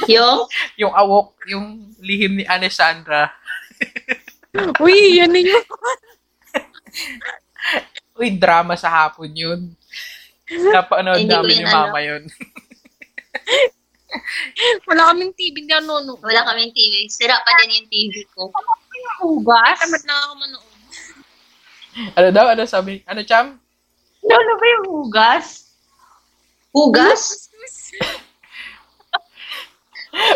B: Yung,
C: Yung awok, yung lihim ni Alessandra.
D: Uy, yun na yun.
C: Uy, drama sa hapon yun. Napanood
B: Hindi ko
C: namin
B: yun
C: yung mama yun.
D: Wala kaming TV, hindi ako nanonood.
B: wala kaming TV. Sira pa din yung TV ko.
D: Hugas? Tamad na ako manood.
C: ano daw? Ano sabi? Ano, Cham?
F: Lolo Ano ba yung hugas?
B: Hugas?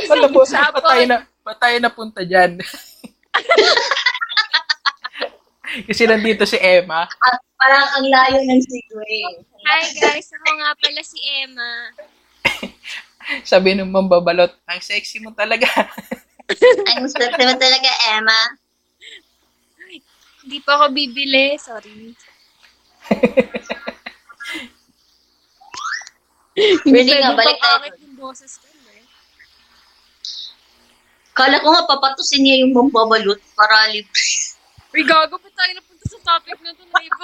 C: Wala po,
D: example.
C: patay na, patay na punta dyan. Kasi nandito si Emma.
B: Ah, parang ang layo ng segue.
D: Hi guys, ako nga pala si Emma.
C: Sabi ng mambabalot, ang sexy mo talaga.
B: Ang sexy mo talaga, Emma.
D: Hindi pa ako bibili, sorry.
B: Pwede nga, balik tayo
D: tayo. yung boses ko, eh.
B: Kala ko nga, papatusin niya yung mambabalot para libre.
D: Uy, gago pa tayo napunta sa topic na to na iba.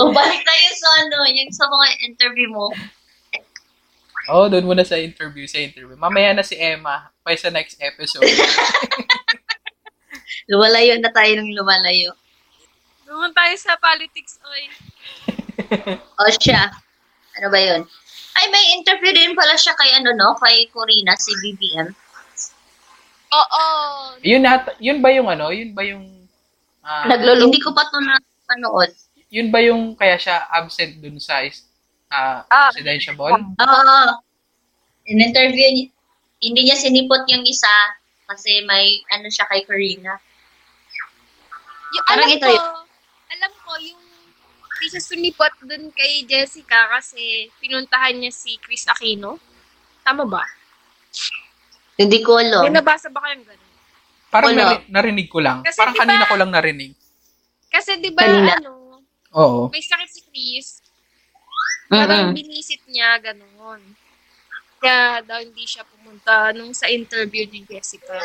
B: O, balik tayo sa ano, yung sa mga interview mo.
C: Oo, oh, doon muna sa interview, sa interview. Mamaya na si Emma, pa sa next episode.
B: Lumalayo na tayo ng lumalayo.
D: Doon tayo sa politics, oy.
B: O siya. Ano ba yun? Ay, may interview din pala siya kay ano, no? Kay Corina, si BBM.
D: Oo.
C: yun, nat- yun ba yung ano? Yun ba yung... ah,
B: Naglolo. Hindi ko pa ito napanood.
C: yun ba yung kaya siya absent dun sa is- ah,
F: Ah.
C: presidential ball?
B: Oo. In-interview niya. Hindi niya sinipot yung isa kasi may ano siya kay Corina.
D: Yung,
B: Parang
D: alam
B: ito
D: ko,
B: yun.
D: alam ko, yung hindi siya sumipot dun kay Jessica kasi pinuntahan niya si Chris Aquino. Tama ba?
B: Hindi ko
D: May
B: alam.
D: nabasa ba kayong ganun?
C: Parang
B: Wala.
C: nari- narinig ko lang.
D: Kasi
C: Parang
D: di ba-
C: kanina ko lang narinig.
D: Kasi di ba,
B: Kanina.
D: ano,
C: Oo.
D: may sakit si Chris, Parang binisit niya, gano'n. Kaya daw hindi siya pumunta nung sa interview ni Jessica.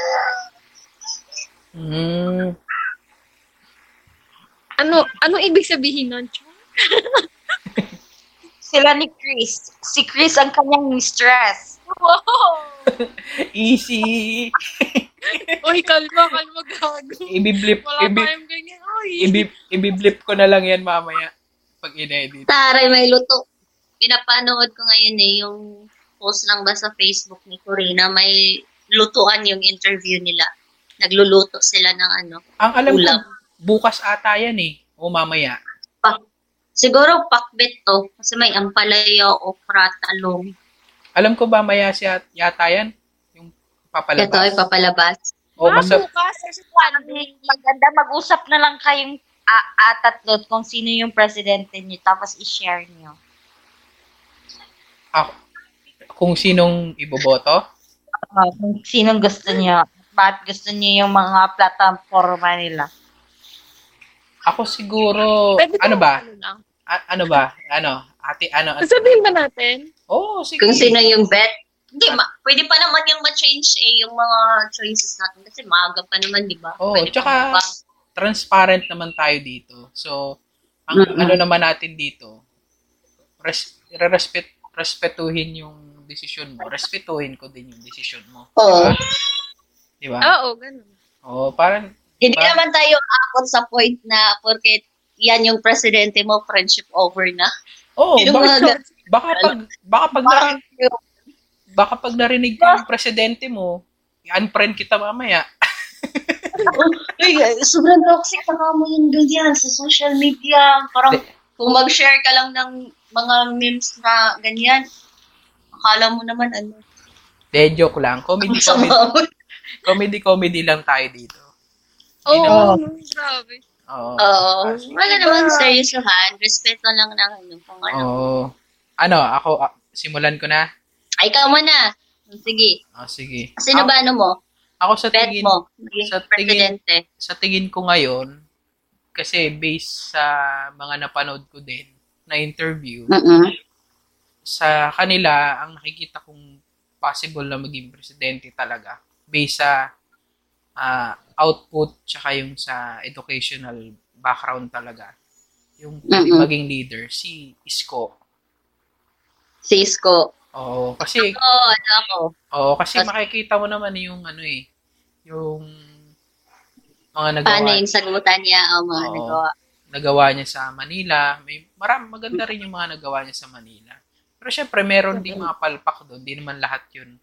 B: Hmm.
C: Mm.
D: Ano, anong ibig sabihin nun, Chong?
E: Sila ni Chris. Si Chris ang kanyang mistress.
D: Wow!
C: Easy.
D: Uy, kalma, kalma, gago.
C: Ibiblip,
D: Wala
C: ibi,
D: tayong ganyan. Uy,
C: ibi, ibiblip ko na lang yan mamaya pag in-edit.
B: Taray, may luto. Pinapanood ko ngayon eh, yung post lang ba sa Facebook ni Corina, may lutuan yung interview nila. Nagluluto sila ng ano.
C: Ang alam ko,
B: Ulam.
C: bukas ata yan eh. O mamaya.
B: Pa- Siguro pakbet to, kasi may ampalaya, okra, talong.
C: Alam ko ba maya siya yata yan? Yung papalabas.
B: Ito ay papalabas.
C: O
D: ah,
C: masa-
D: bukas, kasi one
F: Hmm.
D: day.
F: Maganda, mag-usap na lang kayong a- atat doon kung sino yung presidente niyo, tapos i-share niyo.
C: ako, kung sinong iboboto?
F: Ah, kung sinong gusto niyo, bakit gusto niyo yung mga platforma nila.
C: Ako siguro, ano ba?
D: Ano lang?
C: A- ano ba? Ano? Ate, ano? Ate?
D: Sabihin ba natin?
C: Oo, sige.
B: Kung sino yung bet, hindi ma, pwede pa naman yung ma-change eh, yung mga choices natin. Kasi maaga pa Ano naman, di ba?
C: Oo,
B: Pwede pa
C: tsaka-
B: naman ba?
C: transparent naman tayo dito. So, ang
B: Mm-mm.
C: ano naman natin dito, res, respect, respetuhin yung desisyon mo. Respetuhin ko din yung desisyon mo.
B: Oo.
C: Di
B: Ah.
C: ba?
D: Ah. Oo, ganun.
C: Oo, parang,
B: Hindi
C: Ba-
B: naman tayo aakot sa point na porque yan yung presidente mo, friendship over na.
C: oo,
B: Yung
C: oh, baka,
B: mga-
C: baka pag, baka pag,
B: Parang
C: narinig, baka pag narinig ko yung presidente mo, i-unfriend kita mamaya.
B: Uy, sobrang toxic na nga mo yung ganyan sa social media. Parang kung mag-share ka lang ng mga memes na ganyan, akala mo naman ano.
C: De, joke lang. Comedy, comedy,
B: Masama.
C: comedy, comedy lang tayo dito. Oh.
D: Oo,
C: Hindi
D: oh,
C: naman.
D: grabe.
C: Oo.
B: Oo. Wala naman seryosohan. Respeto lang ng ano. Kung ano.
C: Oo. Ano, ako, ah, simulan ko na.
B: Ay, ikaw mo na. Sige.
C: Ah, sige.
B: Sino
C: Ako-
B: ba ano mo?
C: Ako sa
B: Bet
C: tingin,
B: mo. Maging
C: sa tingin-
B: presidente.
C: sa tingin ko ngayon, kasi based sa mga napanood ko din na interview,
B: Mm-mm.
C: sa kanila, ang nakikita kong possible na maging presidente talaga, based sa ah, output tsaka yung sa educational background talaga. Yung pwede
B: Mm-mm.
C: maging leader, si Isko.
B: Cisco.
C: Oo, kasi
B: Oo, oh, ano ako.
C: Oo, kasi
B: Kasi-
C: makikita mo naman yung ano eh, yung mga nagawa,
B: Paano yung sagutan niya? Oo, mga
C: Oo.
B: nagawa.
C: nagawa niya sa Manila. May maram maganda rin yung mga nagawa niya sa Manila. Pero syempre, meron din mga palpak doon. Di naman lahat yun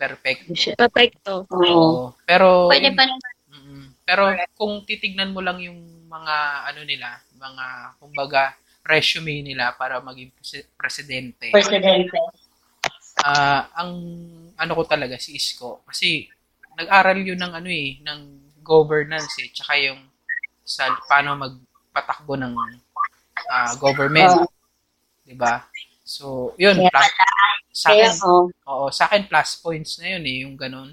C: perfect.
D: Perfecto.
B: Oo.
C: Oo. Pero,
B: Pwede pa naman.
C: Mm-mm. pero kung titignan mo lang yung mga ano nila, mga kumbaga resume nila para maging presi- presidente.
B: Presidente.
C: Ah, ang ano ko talaga si Isko kasi nag-aral yun ng ano eh ng governance eh tsaka yung sa paano magpatakbo ng ah, government, 'di ba? So, yun
B: Kaya
C: plus, sa
B: Kaya, oh,
C: akin,
B: oo.
C: oo, sa akin plus points na yun eh yung ganun.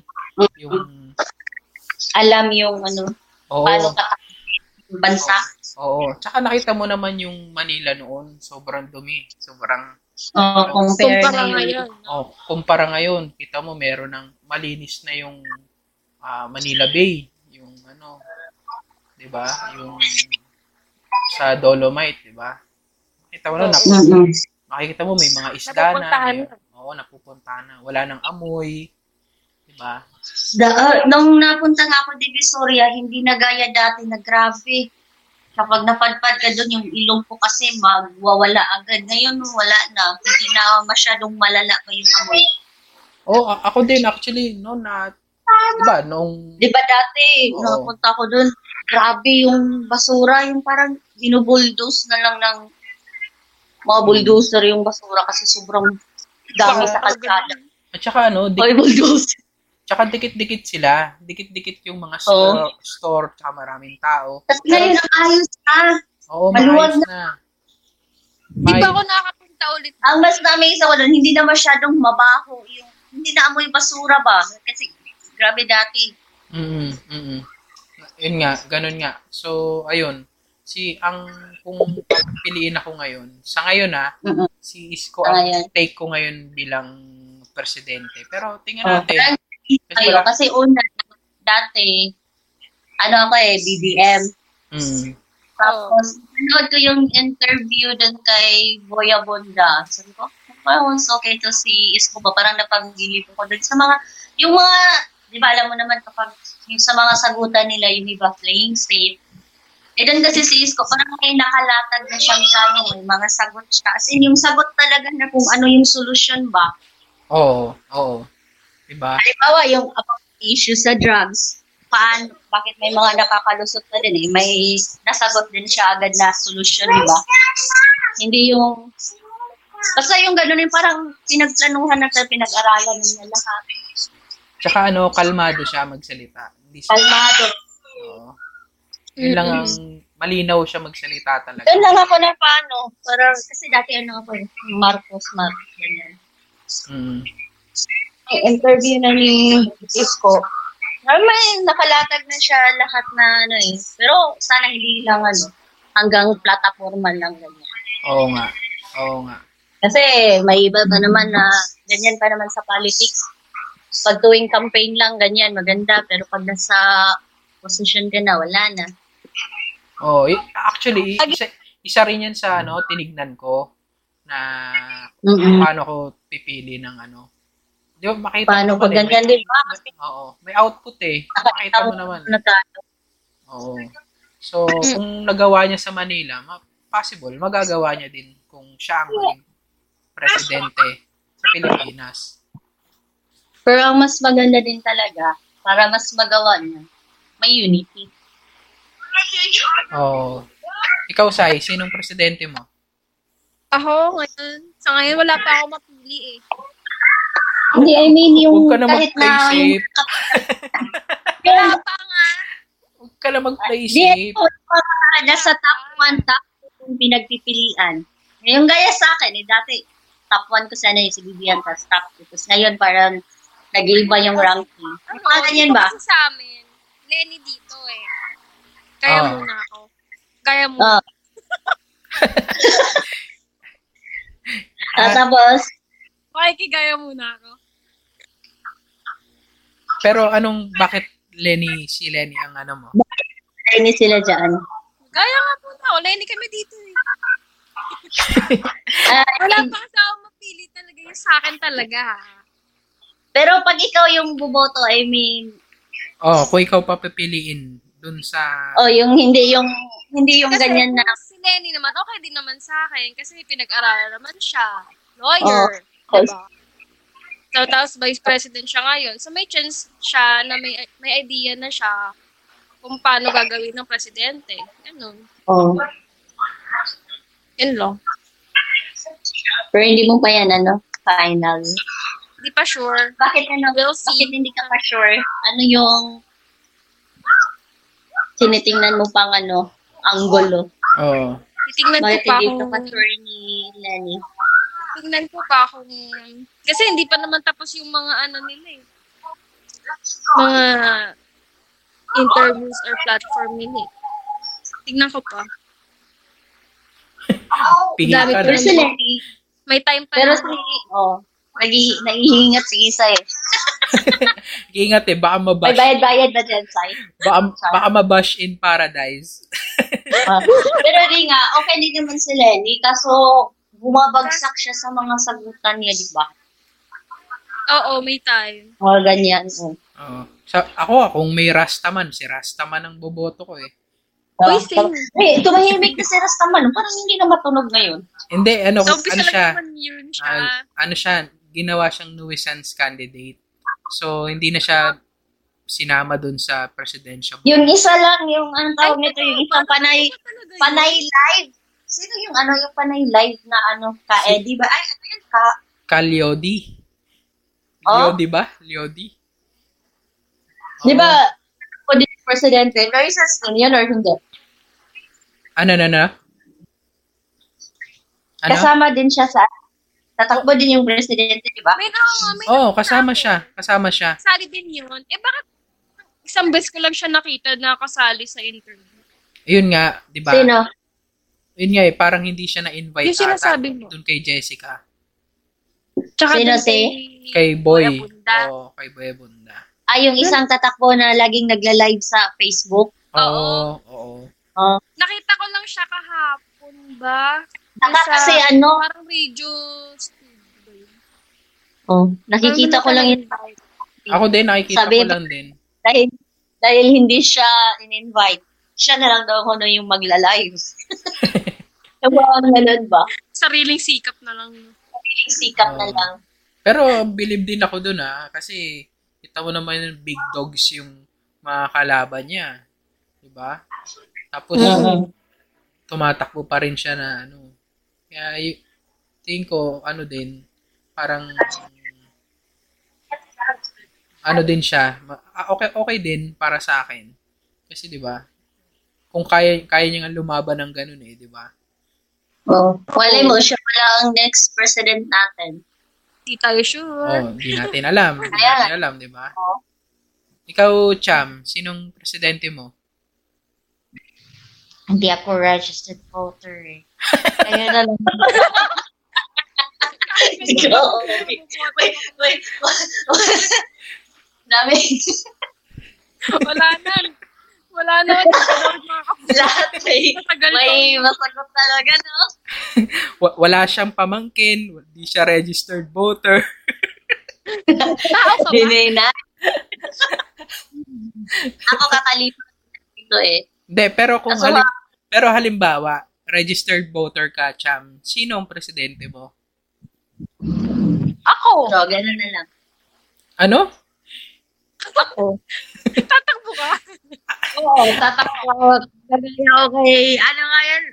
C: Yung
B: alam yung ano,
C: oo,
B: paano tatakbo yung bansa.
C: oo. Tsaka nakita mo naman yung Manila noon, sobrang dumi, sobrang
B: Oo, compare
D: Kumpara
B: na yun.
D: ngayon. no?
C: Oh, kumpara ngayon, kita mo meron ng malinis na yung ah, Manila Bay, yung ano, 'di ba? Yung sa Dolomite, 'di ba? Kita mo na napu-
B: Mm-mm.
C: makikita mo may mga isda na.
D: Napupuntahan
C: may- Oo, napupuntahan na. Wala nang amoy, 'di ba?
B: Da, ah, nung napunta nga ako Divisoria, hindi na gaya dati na grabe. Kapag napadpad ka doon, yung ilong ko kasi magwawala agad. Ngayon, wala na. Hindi na masyadong malala pa yung amoy.
C: Oh, a- ako din actually no na 'di ba nung
B: Di ba dati,
C: Oo.
B: napunta ko doon, grabe yung basura, yung parang binubulldoze na lang ng mga bulldozer yung basura kasi sobrang dami sa kalsada.
C: at saka ano, di,
B: Ay, bulldoze.
C: tsaka dikit-dikit sila, dikit-dikit yung
D: Oh.
C: mga store, store tsaka maraming tao.
B: Tapos ngayon, ang ayos na.
C: Oo,
B: Maluwag
C: maayos na.
D: Di ba
C: Maayos-
D: ako nakakapunta ulit?
B: Ang Ah, mas na-amaze ako doon, hindi na masyadong mabaho yung, hindi na amoy basura ba? Kasi, grabe dati.
C: Mm-mm, mm-mm. Yun nga, ganun nga. So, ayun. si ang kung piliin ako ngayon, sa ngayon ha,
B: Mm-mm.
C: si Isko
B: Sa
C: ang
B: ngayon.
C: take ko ngayon bilang presidente. Pero tingnan
B: Oh.
C: natin. Kasi
B: Ayun,
C: wala-
B: kasi una, dati, ano ako eh, BBM.
C: Mm.
B: Tapos, nanood ko yung interview dun kay Boya Bonda. Sabi ko, wow, it's okay to see Isko ba? Parang napanggilip ko dun sa mga, yung mga, di ba alam mo naman kapag yung sa mga sagutan nila, yung iba playing safe. Eh dun kasi si Isko, parang may nakalatag na siyang plano, may mga sagot siya. As in, yung sagot talaga na kung ano yung solusyon ba.
C: Oo, oo. Diba?
B: Halimbawa, yung about issue sa drugs, paan, bakit may mga nakakalusot na din eh. May nasagot din siya agad na solusyon, di ba? Hindi yung... Basta yung ganun yung parang pinagplanuhan na siya, pinag-aralan niya lahat.
C: Tsaka ano, kalmado siya magsalita. Hindi siya,
B: Kalmado.
C: oo. Yun lang ang malinaw siya magsalita talaga.
B: Doon lang ako na paano. Parang, kasi dati ano ako eh, Marcos, Marcos, ganyan.
C: Mm.
B: Yung interview na ni Isko, normal, nakalatag na siya lahat na ano eh. Pero sana hindi lang ano, hanggang plataforma lang ganyan.
C: Oo nga. Oo nga.
B: Kasi may iba pa naman na ganyan pa naman sa politics. Pag tuwing campaign lang, ganyan, maganda. Pero pag nasa position ka na, wala na.
C: Oh, i- actually, i- isa, isa rin yan sa ano, tinignan ko na
B: Mm-mm.
C: paano ko pipili ng ano. Di ba, makita
B: Paano
C: mo
B: pag
C: naman
B: ganyan,
C: eh,
B: di ba? Kasi
C: may- Oo. May output eh. Makita mo naman.
B: natalo.
C: Oo. So,
B: Mm.
C: kung nagawa niya sa Manila, ma- possible, magagawa niya din kung siya ang maging presidente sa Pilipinas.
B: Pero ang mas maganda din talaga, para mas magawa niya, may unity.
C: Oo. Ikaw, Sai, sinong presidente mo?
D: Ako, ngayon, sa ngayon wala pa ako mapili eh.
B: Hindi, I mean, yung
C: Huwag ka na
B: kahit na...
C: mag-play safe.
D: Wala pa nga.
C: Huwag ka na mag-play
B: Hindi,
C: safe.
B: ito, mga nasa top 1, top 2 yung pinagpipilian. Yung gaya sa akin, eh, dati top 1 ko sana yung si Vivian, tapos top 2. Tapos ngayon parang nag-iba yung ranking. Yung
D: Ano,
B: pangalan yan Ah, ba?
D: Kasi sa amin, Lenny dito eh. Kaya
C: Ah.
D: muna ako. Kaya
B: Oo.
D: muna.
C: Ah.
B: tapos,
D: Makikigaya muna ako.
C: Pero anong, bakit Lenny, si Lenny ang ano mo?
B: ayun sila dyan.
D: Kaya nga muna ako. Lenny kami dito eh.
B: Ah,
D: Wala pa kasi ako mapili talaga yung sa akin talaga.
B: pero pag ikaw yung buboto, I mean,
C: Oh, kung ikaw papipiliin dun sa...
B: oh, yung hindi yung hindi yung
D: Kasi
B: ganyan na
D: si Lenny naman, okay din naman sa akin kasi pinag-aralan naman siya.
B: Oh,
D: Lawyer.
B: Oo.
D: Diba? So, tapos vice president siya ngayon. So, may chance siya na may, may idea na siya kung paano gagawin ng presidente. Ganun.
B: oh,
D: Yun lang.
B: pero hindi mo pa yan ano, final.
D: Di pa sure.
B: Bakit ano,
D: We'll see.
B: bakit hindi ka pa sure? Ano yung tinitingnan mo pang ano, anggulo?
C: Oh.
D: Titignan ko
B: Bakit
D: pa
B: hindi ka pa
D: kung...
B: sure ni Lenny?
D: Tingnan ko pa kung... Kasi hindi pa naman tapos yung mga ano nila eh. Mga interviews or platform nila eh. Tingnan ko pa.
C: Pihil
D: dami
C: ka
D: ko
B: Pero
C: na.
D: rin.
B: si Lenny,
D: May time pa
B: pero
D: na.
B: si, oh, naghi- naihingat si Isa eh.
C: Ingat eh, baka
B: May
C: mabash.
B: bayad-bayad ba dyan, Sai?
C: Baka, baka mabash in paradise.
B: Ah. pero di nga, okay din naman si Lenny, kaso bumabagsak siya sa mga sagutan niya, di ba?
D: Oo, may time.
B: Mga ganyan. Oh.
C: Oo. Sa, ako, kung may Rastaman, si Rastaman ang boboto ko eh.
D: Uy,
B: Ah,
D: same.
B: Eh, tumahimik na si Rastaman. Parang hindi na matunog ngayon.
C: Hindi, ano,
D: So,
C: ano
D: umpisa
C: siya,
D: lang naman yun
C: ah,
D: siya.
C: ano siya, ginawa siyang nuisance candidate. So, hindi na siya sinama dun sa presidential.
B: Yung isa lang, yung anong tawag nito, yung isang panay,
D: Ano talaga yun?
B: panay live. Sino yung ano, yung panay live na ano, ka Eddie ba? Ay, ano yun, ka?
C: Kalyodi.
B: Oh?
C: Liodi ba? Liodi.
B: Di
C: Oo.
B: ba, o din yung presidente, nurses nun yun or hindi?
C: Ano, ano, ano? Ano?
B: Kasama din siya sa, tatakbo din yung presidente, di ba?
D: May oo nga, may
C: Oo, oh, kasama siya. Kasama siya.
D: Kasali din yun. Eh, bakit isang beses ko lang siya nakita na kasali sa interview?
C: Yun nga, di ba?
B: Sino?
C: Yun nga eh, parang hindi siya na-invite
D: Yung sinasabi mo.
C: Doon kay Jessica.
D: Tsaka
B: Sino
D: dun
B: si?
D: kay-
C: Kay Boy.
D: Bunda.
C: Oo, kay Boy Bunda.
B: Ah, yung isang tatakbo na laging nagla-live sa Facebook.
C: Oo, oo.
B: Oh.
D: Nakita ko lang siya kahapon ba?
B: Saka
D: Sa-
B: kasi ano,
D: Parang radio studio ba yun?
B: oh, nakikita ko lang yun
D: invite.
C: Ako din, nakikita
B: Sabi-
C: ko lang din.
B: dahil, dahil hindi siya in-invite. Siya na lang daw ko na yung magla-live. Yung mga ganun ba?
D: Sariling sikap na lang.
B: Yung Sikat na
C: Oo.
B: lang.
C: Pero believe din ako dun ah, kasi kita mo naman yung big dogs yung mga kalaban niya. Diba? Tapos tumatakbo pa rin siya na ano. Kaya y- tingin ko ano din, parang ano din siya. ma- ah, Okay okay din para sa akin. Kasi 'di ba? Kung kaya kaya niya nga lumaban ng ganun eh, 'di ba?
B: Oh. Wala mo, siya pala ang next president natin.
D: Hindi tayo sure.
C: Oh, hindi natin alam. Hindi
B: Kaya-
C: natin alam, 'di ba?
B: Oo.
C: Ikaw, Cham, sinong presidente mo?
F: Hindi ako registered voter eh. Kaya na lang.
B: Ikaw. Wait, wait. Dami.
C: Oh.
D: Wala na. Wala na.
B: Lahat may,
D: Matagal Ah, to.
B: may masagot talaga, no?
C: Wa- wala siyang pamangkin, hindi siya registered voter.
D: Tao ka ba?
B: Dinay na. Ako kakalipat dito eh.
C: Hindi, pero kung
B: Kaso
C: halim- pero halimbawa, registered voter ka, Cham, sino ang presidente mo?
D: Ako.
B: So, ganun na lang.
C: Ano?
D: Tatakbo ka.
F: Oo, tatakbo ako. Gagawin ako kay, ano nga yan?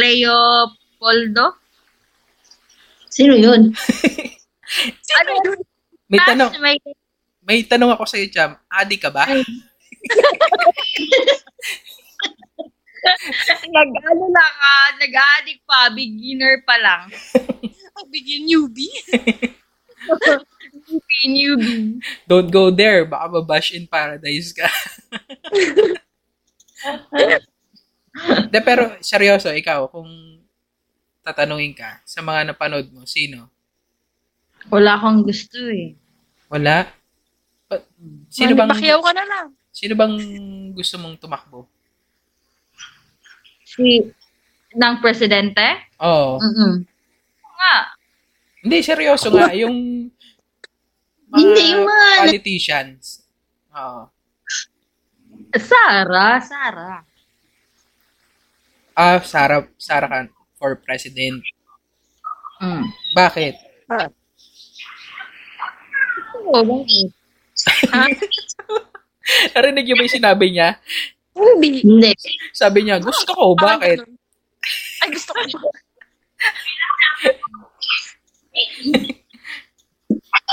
F: Leopoldo?
B: Sino yun?
F: Ano yun?
C: May tanong,
F: May
C: may tanong ako sa iyo, Cham. Adi ka ba?
F: nag, ano na ka, nag-addict pa, beginner pa lang.
D: Oh, Bigyan newbie.
F: Newbie, newbie.
C: Don't go there, baka mabash in paradise ka. De, pero seryoso, ikaw, kung tatanungin ka sa mga napanood mo, sino?
F: Wala akong gusto eh.
C: Wala? Pa- Sino Ano
D: Manny
C: bang,
D: Pacquiao ka na lang.
C: sino bang gusto mong tumakbo?
F: Si, ng presidente?
C: Oo.
E: Mm-mm.
F: Nga.
C: Hindi, seryoso nga. Yung mga
E: Hindi, yung mga-
C: politicians. Oo.
F: Sara, Sara.
C: Ah, Sarah, Sarah Khan for president.
F: Mm.
C: Bakit?
F: Oo, bakit?
C: Narinig niyo ba yung sinabi niya?
D: Newbie.
E: Hindi.
C: Sabi niya, gusto ko, bakit?
D: Ay, gusto ko.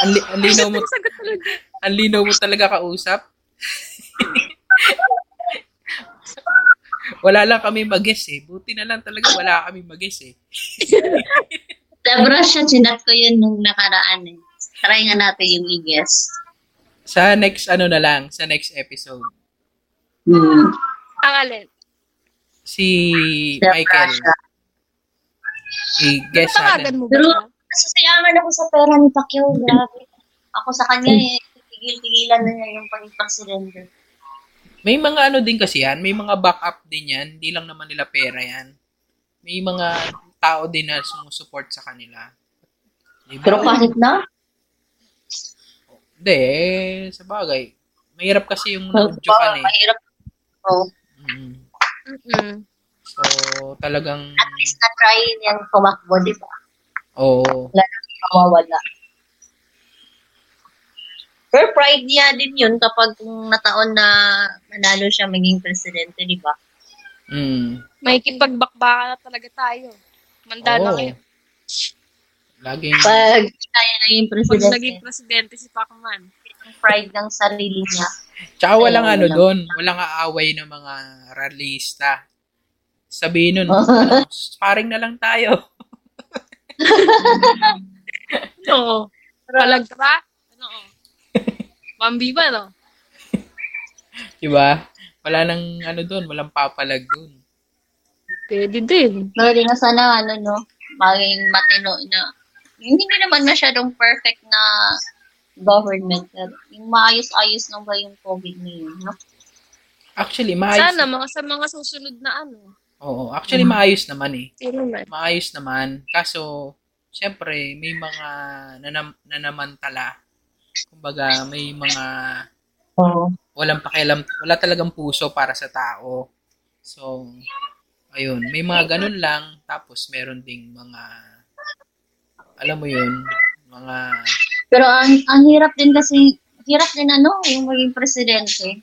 C: Ang li- ang linaw mo,
D: Sagot talaga.
C: ang linaw mo talaga kausap? wala lang kami mag-guess eh. Buti na lang talaga wala kami mag-guess eh.
B: Debra siya, chinat ko yun nung nakaraan eh. Try nga natin yung i-guess.
C: Sa next ano na lang, sa next episode,
B: Hmm.
D: Ang alin.
C: si
B: Debra
C: Michael,
B: siya.
C: i-guess natin.
D: Tawagan Ano mo ba?
B: Pero,
D: siya?
B: Nasasayangan ako sa pera ni Pacquiao, grabe. Ako sa kanya eh, tigil-tigilan na niya yung pag-surrender.
C: May mga ano din kasi yan, may mga backup din yan, hindi lang naman nila pera yan. May mga tao din na sumusuport sa kanila. Diba?
B: Pero kahit na,
C: Hindi, eh, sa bagay. Mahirap kasi yung
B: bawal,
C: nag-joke eh.
B: mahirap. Oh,
C: Mm.
D: Mm-mm.
C: So, talagang,
B: at least na-try niyang tumakbo, di ba?
C: oo.
B: Mawawala. Pero pride niya din yun kapag kung nataon na manalo siya maging presidente, di ba?
C: Mm.
D: May kipagbakbaka na talaga tayo. Manda na
C: Oo.
D: kayo.
C: Laging,
B: Pag kaya naging
D: Pag
B: presidente,
D: naging presidente si Pacman.
B: yung pride ng sarili niya.
C: tsaka walang
B: Ayun
C: ano
B: lang.
C: doon, walang aaway ng mga rallyista. Sabihin nun, sparring na lang tayo.
D: Oo. Palagtra? Ano? Bambi ba, no?
C: Diba? Wala nang ano doon, walang papalag doon.
D: Pwede din.
B: Pero di nga sana, ano, no, maging matino na, hindi na naman masyadong perfect na government. Pero Yung maayos-ayos na ba yung COVID na yun, no?
C: Actually, maayos.
D: Sana mga sa mga susunod na ano.
C: Oo, actually maayos naman eh.
D: Sino man.
C: Maayos naman. Kaso, syempre, may mga nanam- nanamantala. Kumbaga, may mga
E: Oo.
C: walang pakialam, wala talagang puso para sa tao. So, ayun, may mga ganun lang. Tapos, meron ding mga, alam mo yun, mga,
B: Pero ang, ang hirap din kasi, hirap din ano, yung maging presidente.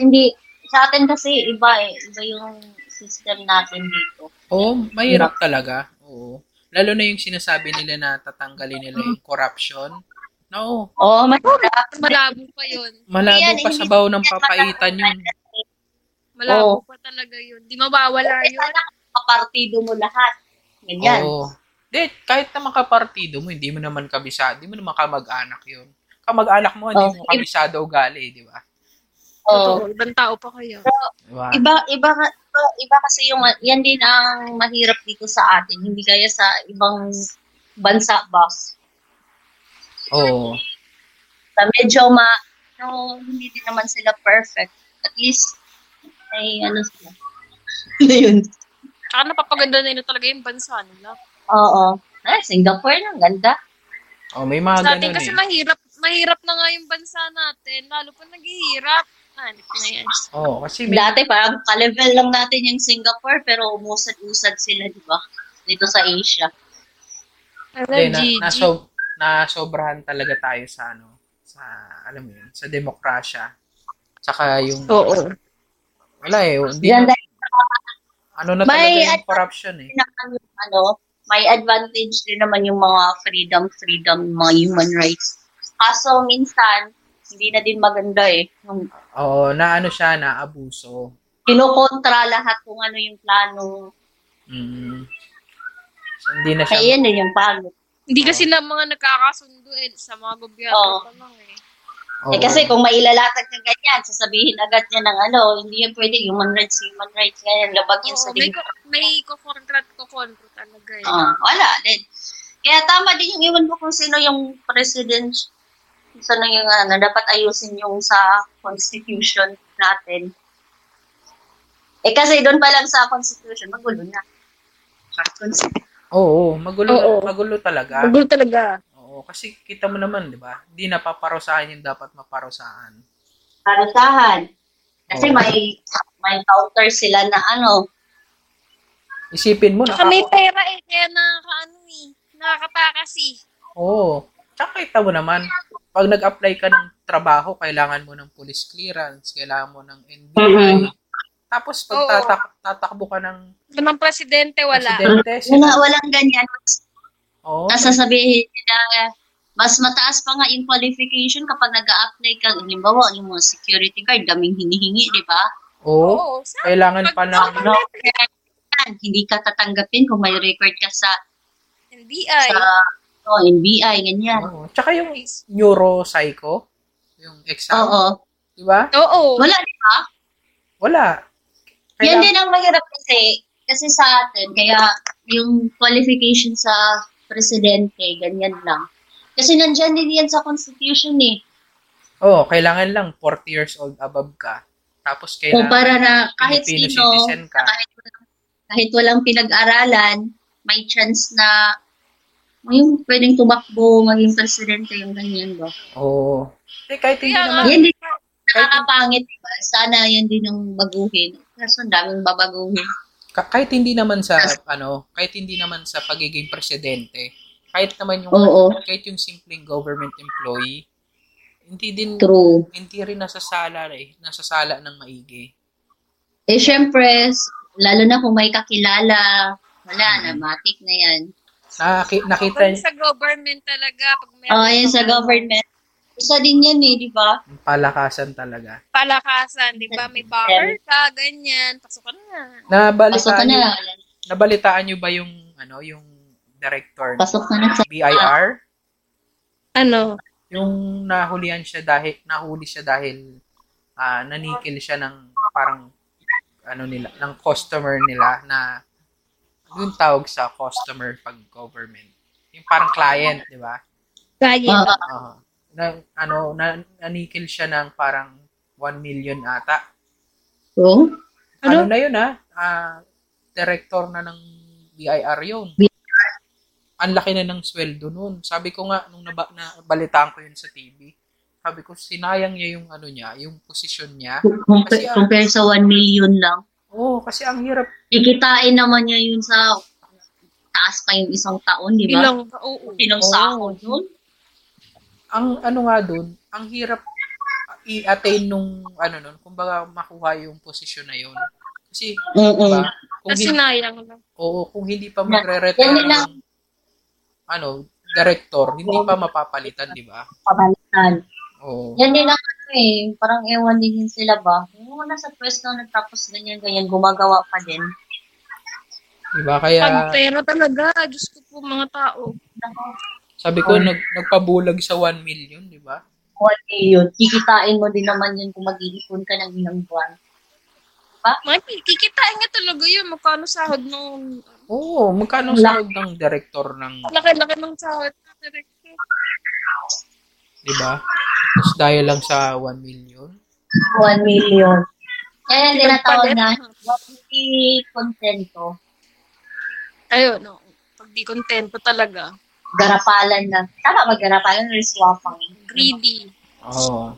B: Hindi, sa atin kasi iba eh, iba yung system natin dito.
C: oh, mahirap talaga. Oo. Lalo na yung sinasabi nila na tatanggalin nila yung corruption. No,
B: Oo, oh, mahirap.
D: Malabo pa yun.
C: malabo
B: Yan,
C: pa
B: hindi-
C: sa baho ng papaitan yun.
D: Malabo pa talaga yun. Di mawawala
B: Kasi
D: yun.
B: sana kapartido mo lahat. Ganyan.
C: Oo. De, kahit na makapartido mo, hindi mo naman kabisado, hindi mo naman kamag-anak yun. Kamag-anak mo, hindi
B: Oo.
C: mo kabisado ugali, di ba?
B: Oo.
D: Totoo, Ibang tao pa kayo.
C: Diba?
B: Iba, iba, ka- iba, iba kasi yung, yan din ang mahirap dito sa atin. Hindi kaya sa ibang bansa ba.
C: Oo.
B: Sa medyo ma, no, hindi din naman sila perfect. At least, ay ano sila. Ano yun?
D: Tsaka napapaganda na yun talaga yung bansa nila.
B: Oo. Ah, Singapore lang, ganda.
C: Oh, may mga
D: Sa atin
C: ganun
D: kasi
C: eh.
D: mahirap, mahirap na nga yung bansa natin. Lalo pa naghihirap. Hanip na yan.
C: Oo, Oh, kasi may,
B: Dati parang ka-level lang natin yung Singapore, pero umusad-usad sila, di ba? Dito sa Asia.
D: Ano,
C: hindi, na,
D: Gigi?
C: naso, nasobrahan talaga tayo sa ano, sa, alam mo yun, sa demokrasya. Tsaka yung,
D: Oo.
C: wala eh, hindi
B: Diyan
C: na,
B: dahil
C: ano na talaga
B: May-
C: yung corruption eh.
B: naman yung ano, may advantage din naman yung mga freedom, freedom, mga human rights. Kaso minsan, hindi na din maganda eh. Yung
C: Oo, na ano siya, na abuso.
B: Kinukontra lahat kung ano yung plano.
C: Mm. So, hindi na siya,
B: Ayan yun yung plano.
D: Hindi kasi na mga nagkakasundo eh, sa mga gobyerno
B: Oo.
D: pa lang eh.
C: oo.
B: Eh kasi kung mailalatag ng ganyan, sasabihin agad niya ng ano, hindi yan pwede, human rights, human rights, ganyan, labag yan sa
D: Oo, may,
B: ding.
D: ko- may kukontrat kukontro talaga eh.
B: Ah, wala din. Kaya tama din yung iwan mo kung sino yung president. Sino yung ano, dapat ayusin yung sa constitution natin. Eh kasi doon pa lang sa constitution, magulo na. Sa constitution.
C: Oo, magulo,
D: Oo.
C: magulo talaga.
D: Magulo talaga.
C: Oo, kasi kita mo naman, di ba? Hindi napaparusahan yung dapat maparusahan.
B: Parusahan. Kasi
C: Oo.
B: may may counter sila na ano.
C: Isipin mo,
D: Tsaka may pera eh, kaya nakakaano eh. Nakakatakas eh.
C: Oo. Tsaka kita mo naman, pag nag-apply ka ng trabaho, kailangan mo ng police clearance, kailangan mo ng NBI.
B: Mm-hmm.
C: Tapos pag
D: Oo.
C: tatak- tatakbo ka ng
D: Ganang presidente wala.
C: presidente,
B: Wala,
C: "Oh, sila-
B: walang ganyan.
C: Oo.
B: Nasasabihin nila, eh, mas mataas pa nga yung qualification kapag nag-a-apply ka. Halimbawa, yung mga security guard, daming hinihingi, di ba?
C: Oo.
D: Oo,
C: oh,
D: sa-
C: Kailangan pa
D: pag-
C: ng
B: No. Yan, hindi ka tatanggapin kung may record ka sa,
D: NBI.
B: sa oh, NBI, ganyan.
C: Oo. Tsaka yung neuropsycho, yung exam,
B: Oo.
C: di ba?
D: Oo.
B: Wala, di ba?
C: Wala.
B: Yan
C: Kailangan-
B: din ang mahirap kasi, kasi sa atin, kaya yung qualification sa presidente, ganyan lang. Kasi nandyan din yan sa constitution eh.
C: Oo, kailangan lang 40 years old above ka. Tapos
B: O
C: kailangan
B: para na kahit
C: Filipino
B: sino,
C: citizen ka.
B: kahit walang, kahit walang pinag-aralan, may chance na yung pwedeng tumakbo maging presidente yung ganyan ba?
C: Oo. Eh, kahit hindi
D: Kaya nga.
C: naman.
B: Yan din,
C: Kahit-
B: nakakapangit. diba? Sana yan din ang baguhin. Kaso ang daming babaguhin.
C: Ka- kahit hindi naman sa ano, kahit hindi naman sa pagiging presidente, kahit naman yung
B: Oo.
C: kahit yung simpleng government employee, hindi din
B: True.
C: hindi rin nasasala eh, nasasala ng maigi.
B: Eh, syempre, s- lalo na kung may kakilala, wala na, matik na yan.
C: Naki, nakita
D: Pag sa government talaga, pag meron
B: Oo, oh, yan sa
D: kang
B: government. Isa din yan eh, di ba?
C: palakasan talaga.
D: palakasan, di ba? May buffer ka, ganyan. Pasok ka na.
B: Pasok ka na.
C: Nabalitaan niyo, nabalitaan niyo ba yung ano, yung director ng
B: Pasok ka na sa...
C: BIR?
D: Ano?
C: Yung nahulihan siya dahil nahuli siya dahil ah, nanikil siya ng parang ano nila, ng customer nila na yung tawag sa customer pag government. Yung parang client, di ba?
B: Ah,
H: Kaya.
B: oh.
C: Oo. na, ano, na, nanikil siya ng parang 1 million ata.
B: Oh,
H: So, Ano?
C: Ano, na yun ah, ah, director na ng BIR yun. Ang laki na ng sweldo nun. Sabi ko nga, nung naba, nabalitaan ko yun sa TV, sabi ko, sinayang niya yung ano niya, yung posisyon niya.
B: Compare,
C: Kasi, ah,
B: compare sa 1 million lang.
C: Oo, kasi ang hirap.
B: Ikitain naman niya yun sa taas pa yung isang taon, diba? di ba?
D: Ilang, oo.
B: Sinong
C: Oo.
B: sahod yun?
C: Ang ano nga dun, ang hirap i-attain nung, ano nun, kumbaga makuha yung posisyon na yun. Kasi,
B: Oo.
C: diba, kung
D: Kasi
C: hindi,
D: nayang lang.
C: oo, kung hindi pa
B: Na-
C: magre-retire
B: yan lang.
C: ng, ano, director, hindi pa mapapalitan, di ba?
B: Pabalitan.
C: Oo.
B: Yan din ang ano eh, parang ewan din yun sila ba? Yung una sa pwesto na tapos ganyan-ganyan, gumagawa pa din.
C: Diba? Kaya,
D: Pantero talaga. Diyos ko po, mga tao.
C: sabi ko, nag, nagpabulag sa 1 million, diba? di ba?
B: 1 million, kikitain mo din naman yun kung mag-iipon ka ng ilang buwan.
D: Mga kikitain nga talaga yun. Magkano sahod nung...
C: Oo, magkano ang sahod ng director ng,
D: Laki-laki ng sahod ng director.
C: di ba? diba? Tapos dahil lang sa 1 million.
B: 1 million. Yan ang tinatawag
D: Palit.
B: na, hindi kontento.
D: Ayun, no. Pag di kontento talaga.
B: Garapalan na. Tama ba garapalan or swapang?
D: Greedy.
C: Oo.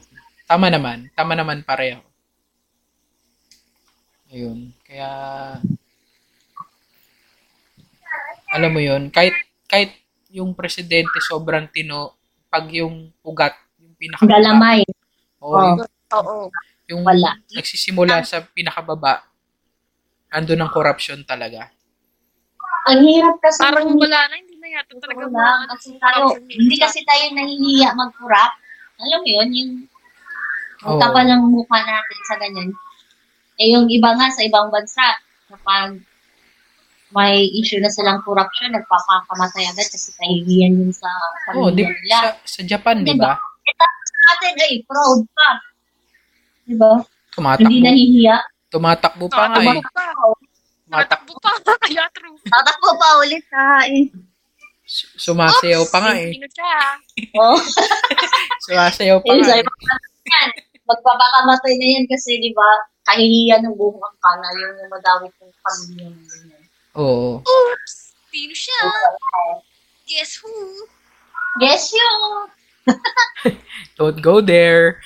C: Tama naman. Tama naman pareho. Ayun. Kaya, alam mo yun, kahit, kahit yung presidente sobrang tino, pag yung ugat, yung pinaka
B: Galamay.
C: Oo,
B: Oo.
D: Oo.
C: Yung
B: Wala.
C: nagsisimula sa pinakababa, ando ng corruption talaga.
B: Ang hirap kasi. ng-
D: Parang wala na. Hindi na yata talaga
B: Wala,
D: mga-
B: kasi tayo, hindi kasi tayo nahihiya mag-corrupt. Alam mo yun, yung ang
C: Oo.
B: kapal ng mukha natin sa ganyan. Eh yung iba nga sa ibang bansa, kapag may issue na silang corruption, nagpapakamatay agad kasi kahihiyan yun sa
C: Oo, di,
B: pamilya nila.
C: sa, sa Japan, di ba?
B: Eh tapos natin, ay, proud pa. Diba? Hindi
C: Tumatakbo.
B: nahihiya.
C: Tumatakbo pa nga eh.
D: Nakatakbo pa.
C: Tumatak,
D: Nakatakbo pa. Kaya true.
B: Tatakbo pa ulit ha. Eh.
C: su- sumasayaw pa nga eh.
D: Sino siya?
B: Oh.
C: Sumasayaw pa
B: Ayun,
C: nga
B: sabi
C: eh.
B: ko, yan, magpapakamatay na yan kasi, di ba, kahihiyan ng buong angkana, yung yung madawit ng pamilya ng ganyan.
C: Oo.
D: Oops! Sino siya? Guess who?
B: Yes, yung...
C: Don't go there.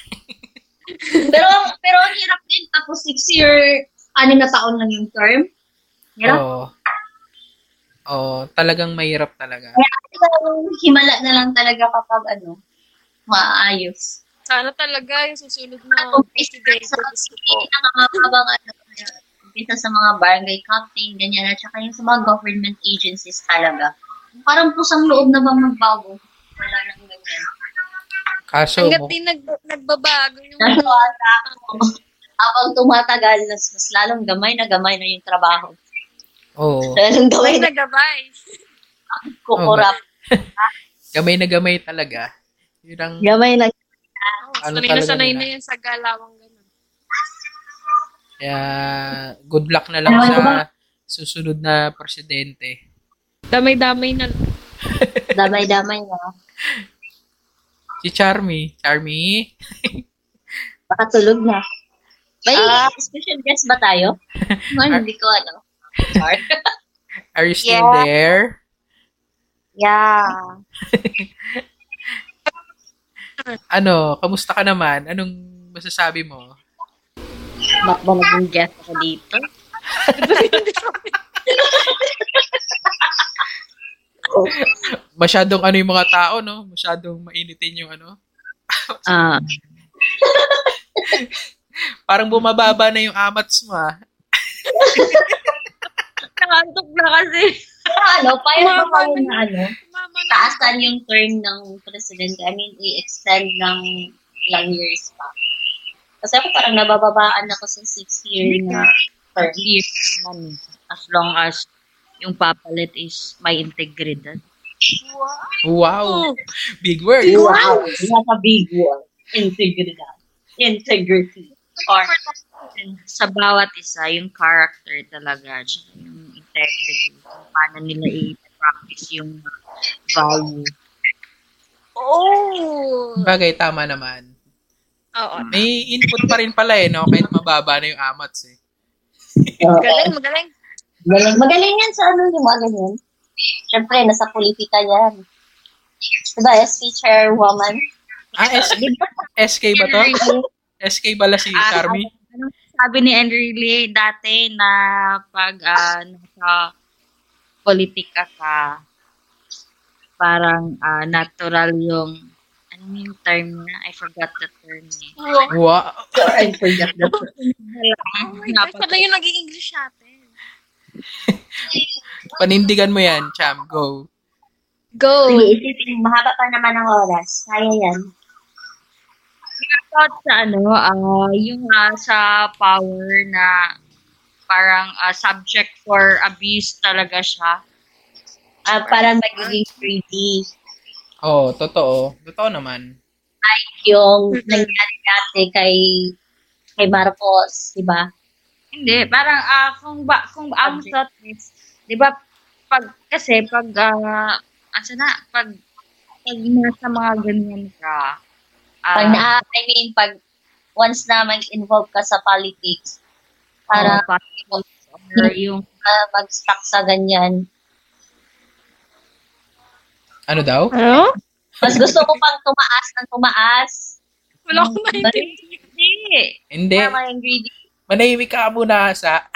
B: Pero, pero ang hirap din, tapos six year, anim na taon lang yung term. Hirap.
C: Oo. Oo, talagang mahirap talaga.
B: Pero himala na lang talaga kapag ano, maayos.
D: Sana talaga yung susunod na
B: Ako,
D: presidente.
B: sa
D: Gusto ko.
C: Oh,
B: nakakabang ano, umpisa sa mga barangay captain, ganyan, at saka yung sa mga government agencies talaga. Parang pusang loob na bang magbago? Wala nang ganyan.
C: Kaso,
D: Hanggat
C: mu-
D: di nag, nagbabago yung...
B: Nasa ata ako. Habang tumatagal, mas, mas lalong gamay na gamay na yung trabaho.
C: oo.
B: Lalong gamay
D: May
B: na
D: nagabay.
B: kukurap.
C: Gamay na gamay talaga. Yun ang,
B: Gamay na.
D: Oh,
C: Ano
D: sanay na
C: talaga
D: sanay
C: nila?
D: na yun sa galawang ganun.
C: kaya, good luck na lang
B: Ano
C: sa
B: ba?
C: susunod na presidente.
D: Damay-damay na lang.
B: Damay-damay na.
C: Si Charmy. Charmy?
B: Nakatulog na. May Ah, special guest ba tayo? Man, hindi ko ano.
C: Are you still there?
E: Yeah.
C: Ano, kamusta ka naman? Anong masasabi mo?
E: Ba't ba naging guest ako dito?
C: Masyadong ano yung mga tao, no? Masyadong mainitin yung ano.
E: Ah.
C: Parang bumababa na yung amats mo, ah.
D: Nakantok na kasi.
B: ano, paano ba kayo na ano?
D: Mama na.
B: Taasan yung term ng presidente. I mean, i-extend ng ilang years pa. Kasi ako parang nabababaan ako sa six-year na term.
F: Yes, man. As long as yung papalit is may integridad.
C: Wow! Big word!
B: Wow! What a big one. Integridad. Integrity. Or
F: sa bawat isa, yung character talaga, tsaka yung integrity, kung paano nila i-practice yung value.
D: Oh!
C: Bagay, tama naman.
D: Oo.
C: May input pa rin pala eh, no? Kahit mababa na yung amats eh.
D: Magaling, magaling.
B: Magaling. Magaling yan sa ano yung mga ganyan. Siyempre, nasa politika yan. Diba, SP chairwoman?
C: Ah, S- SK ba to? SK bala si
F: Ah,
C: Charmy?
F: Ano sabi ni Enrile dati na pag ah, nasa politika ka, parang ah, natural yung, ano yung term niya? I forgot the term niya.
C: Wow.
D: Wow.
H: I forgot that.
D: Oh my God, pala yung nag-i-English natin.
C: Panindigan mo yan, Cham. Go.
D: Go!
B: Sige, isipin, mahaba pa naman ang oras. Kaya yan.
F: thought sa ano, ah, yung ah, sa power na parang ah, subject for abuse talaga siya.
B: Ah, parang magiging 3D.
C: Oo, oh, totoo. Totoo naman.
B: Yung nangyari dati kay kay Marcos, diba? di ba? Hmm.
F: Hindi, parang ah, kung ba kung ang thought is, 'di ba pag kasi pag ah, asa na pag pag nasa mga ganyan ka ah,
B: Pag na, I mean, pag once na mag-involve ka sa politics, para
F: oh, parang- or yung
B: ah, mag-stuck sa ganyan.
C: Ano daw?
D: Ano?
B: Mas gusto ko pang tumaas ng tumaas.
D: Wala akong maintindihan.
F: hindi.
C: Hindi.
B: Tama yung greedy.
C: Manahimik ka muna sa...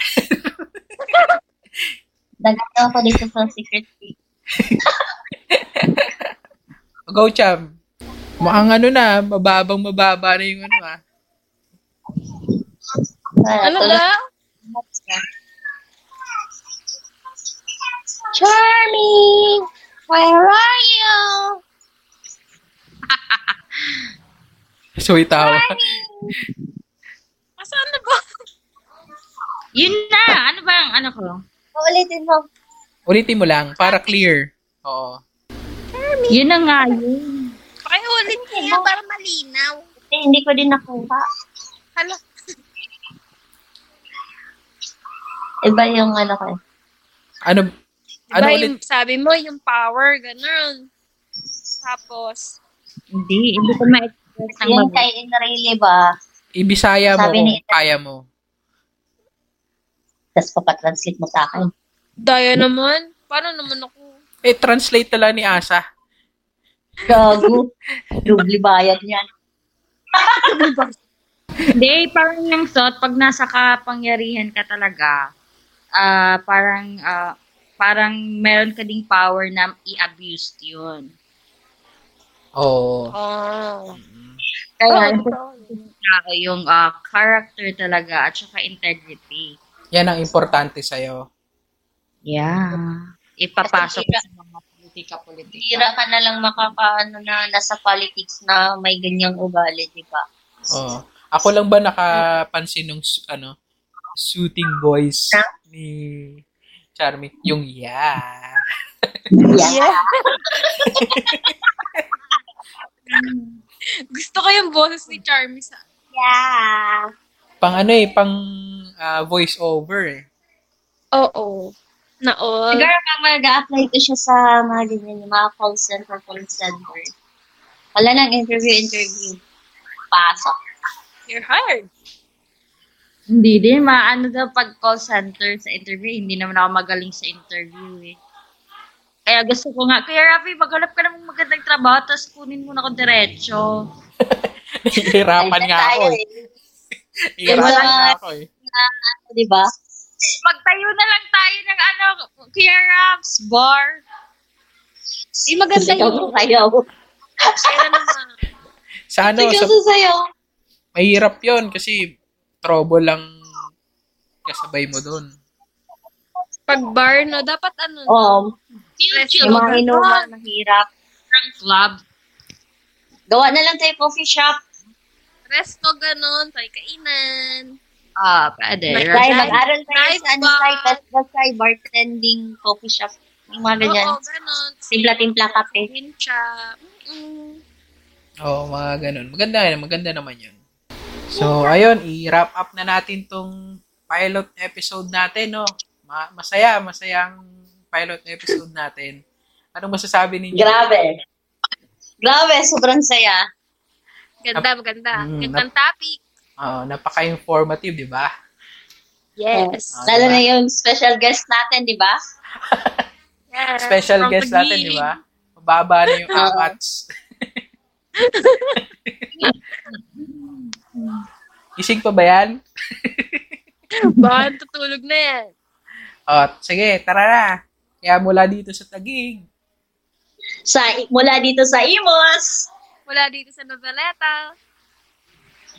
B: Nagkakaroon ko dito sa secret
C: Go, Cham. Mukhang ano na, mababang mababa na yung ano ah.
B: Ah,
D: Ano
B: tulad
D: ba?
B: Charming! Where are you?
C: So, ah. itawa.
D: Asan na ba?
F: Yun na, ano ba ang ano ko?
B: Ulitin mo.
C: Ulitin mo lang, para clear. Oo.
F: Yun na nga yun.
D: Pakiulit niya Ano para malinaw.
B: Hindi, hindi ko din nakuha.
D: Hala.
B: Iba yung ano ko. eh.
C: Ano, ano
D: Diba
C: ulit?
D: yung sabi mo, yung power, ganun. Tapos,
F: Hindi, hindi ko ma-express ng
B: Yung
F: mabuti.
B: kay Inrayli ba?
C: Ibisaya mo
B: Sabi
C: kung
B: ni-
C: kaya mo.
B: Tapos papatranslate mo sa akin.
D: daya naman. Paano naman ako?
C: Eh, translate na lang ni Asa.
B: Gago. Dubli bayad yan.
F: Hindi, parang yung thought, pag nasa kapangyarihan ka talaga, ah parang, ah, parang meron ka ding power na i-abuse yun.
C: Oo.
D: Oh.
F: Kaya, ah, yung ah, character talaga at saka integrity.
C: Yan ang importante sa'yo.
F: Yeah. Ipapasok
B: Kasi
F: sa mga politika-politika.
B: Hira ka na lang makapaano na nasa politics na may ganyang ugali, di ba?
C: Oo. Ako lang ba nakapansin ng ano, shooting voice ni Charmy? Yung yeah.
B: Yeah.
D: Gusto ko yung boses ni Charmy sa...
B: Yeah.
C: Pang ano eh, pang ah, voice over eh.
D: Oo. Na all.
B: Siguro pag mag-apply to siya sa mga ganyan, yung mga call center, call center. Wala nang interview, interview. Pasok.
D: You're hard.
F: Hindi din, maano daw pag call center sa interview, hindi naman ako magaling sa interview eh. Kaya gusto ko nga, Kuya Rafi, maghanap ka ng magandang trabaho, tapos kunin mo na ako diretso.
C: Hirapan nga ako eh. Hirapan
B: Wala.
C: nga ako eh.
B: Ano, di ba?
F: Magtayo na lang tayo ng ano, Kuya Raps, bar.
B: Di maganda yung sayaw.
D: Kaya naman.
C: Sa ano,
B: Sige
C: sa,
B: sa sayaw.
C: mahirap yun kasi trouble lang kasabay mo doon.
D: Pag bar, no, dapat ano,
B: Um,
D: stress
B: yung mga
D: level.
B: inuman, mahirap.
F: Ng club.
B: Gawa na lang tayo coffee shop.
D: Resto, ganun. Tayo kainan.
F: Ah, pwede.
D: Like,
B: Dahil
D: Right.
B: mag-aral tayo
D: Right
B: sa ano
D: ba?
B: tayo, tapos tayo bartending coffee shop. Yung mga ganyan.
D: Oo, ganun.
B: Timpla-timpla kape.
D: Pincha. Mm-mm.
C: Oo, mga ganun. Maganda, maganda naman yun. So, ayun, i-wrap up na natin tong pilot episode natin, no? Ma- masaya, masayang pilot episode natin. Anong masasabi ninyo?
B: Grabe. Grabe, sobrang saya.
D: Ganda, maganda.
C: Mm,
D: Gandang topic.
C: Oo, Ah, napaka-informative, di ba?
D: Yes.
C: Oo,
B: Lalo
C: di ba?
B: na yung special guest natin, di ba?
D: yes.
C: Special
D: Ang
C: guest natin, di
D: pag-iing.
C: ba? Mababa na yung amats. Isig pa ba yan?
D: Baka tutulog na yan.
C: O, Ah, sige, tara na. Kaya mula dito sa Tagig,
B: Sa, mula dito sa Imos.
D: Mula dito sa Noveleta.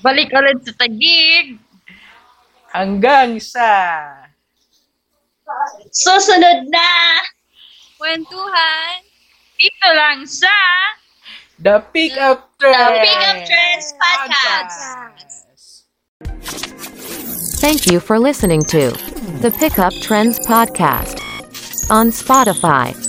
F: Balik ulit sa tagig.
C: hanggang sa...
B: Susunod na!
D: Kwentuhan.
F: Dito lang sa...
C: The Pick Up Trends!
B: Pick Up Trends Podcast.
C: Podcast.
A: Thank you for listening to the Pickup Trends Podcast on Spotify.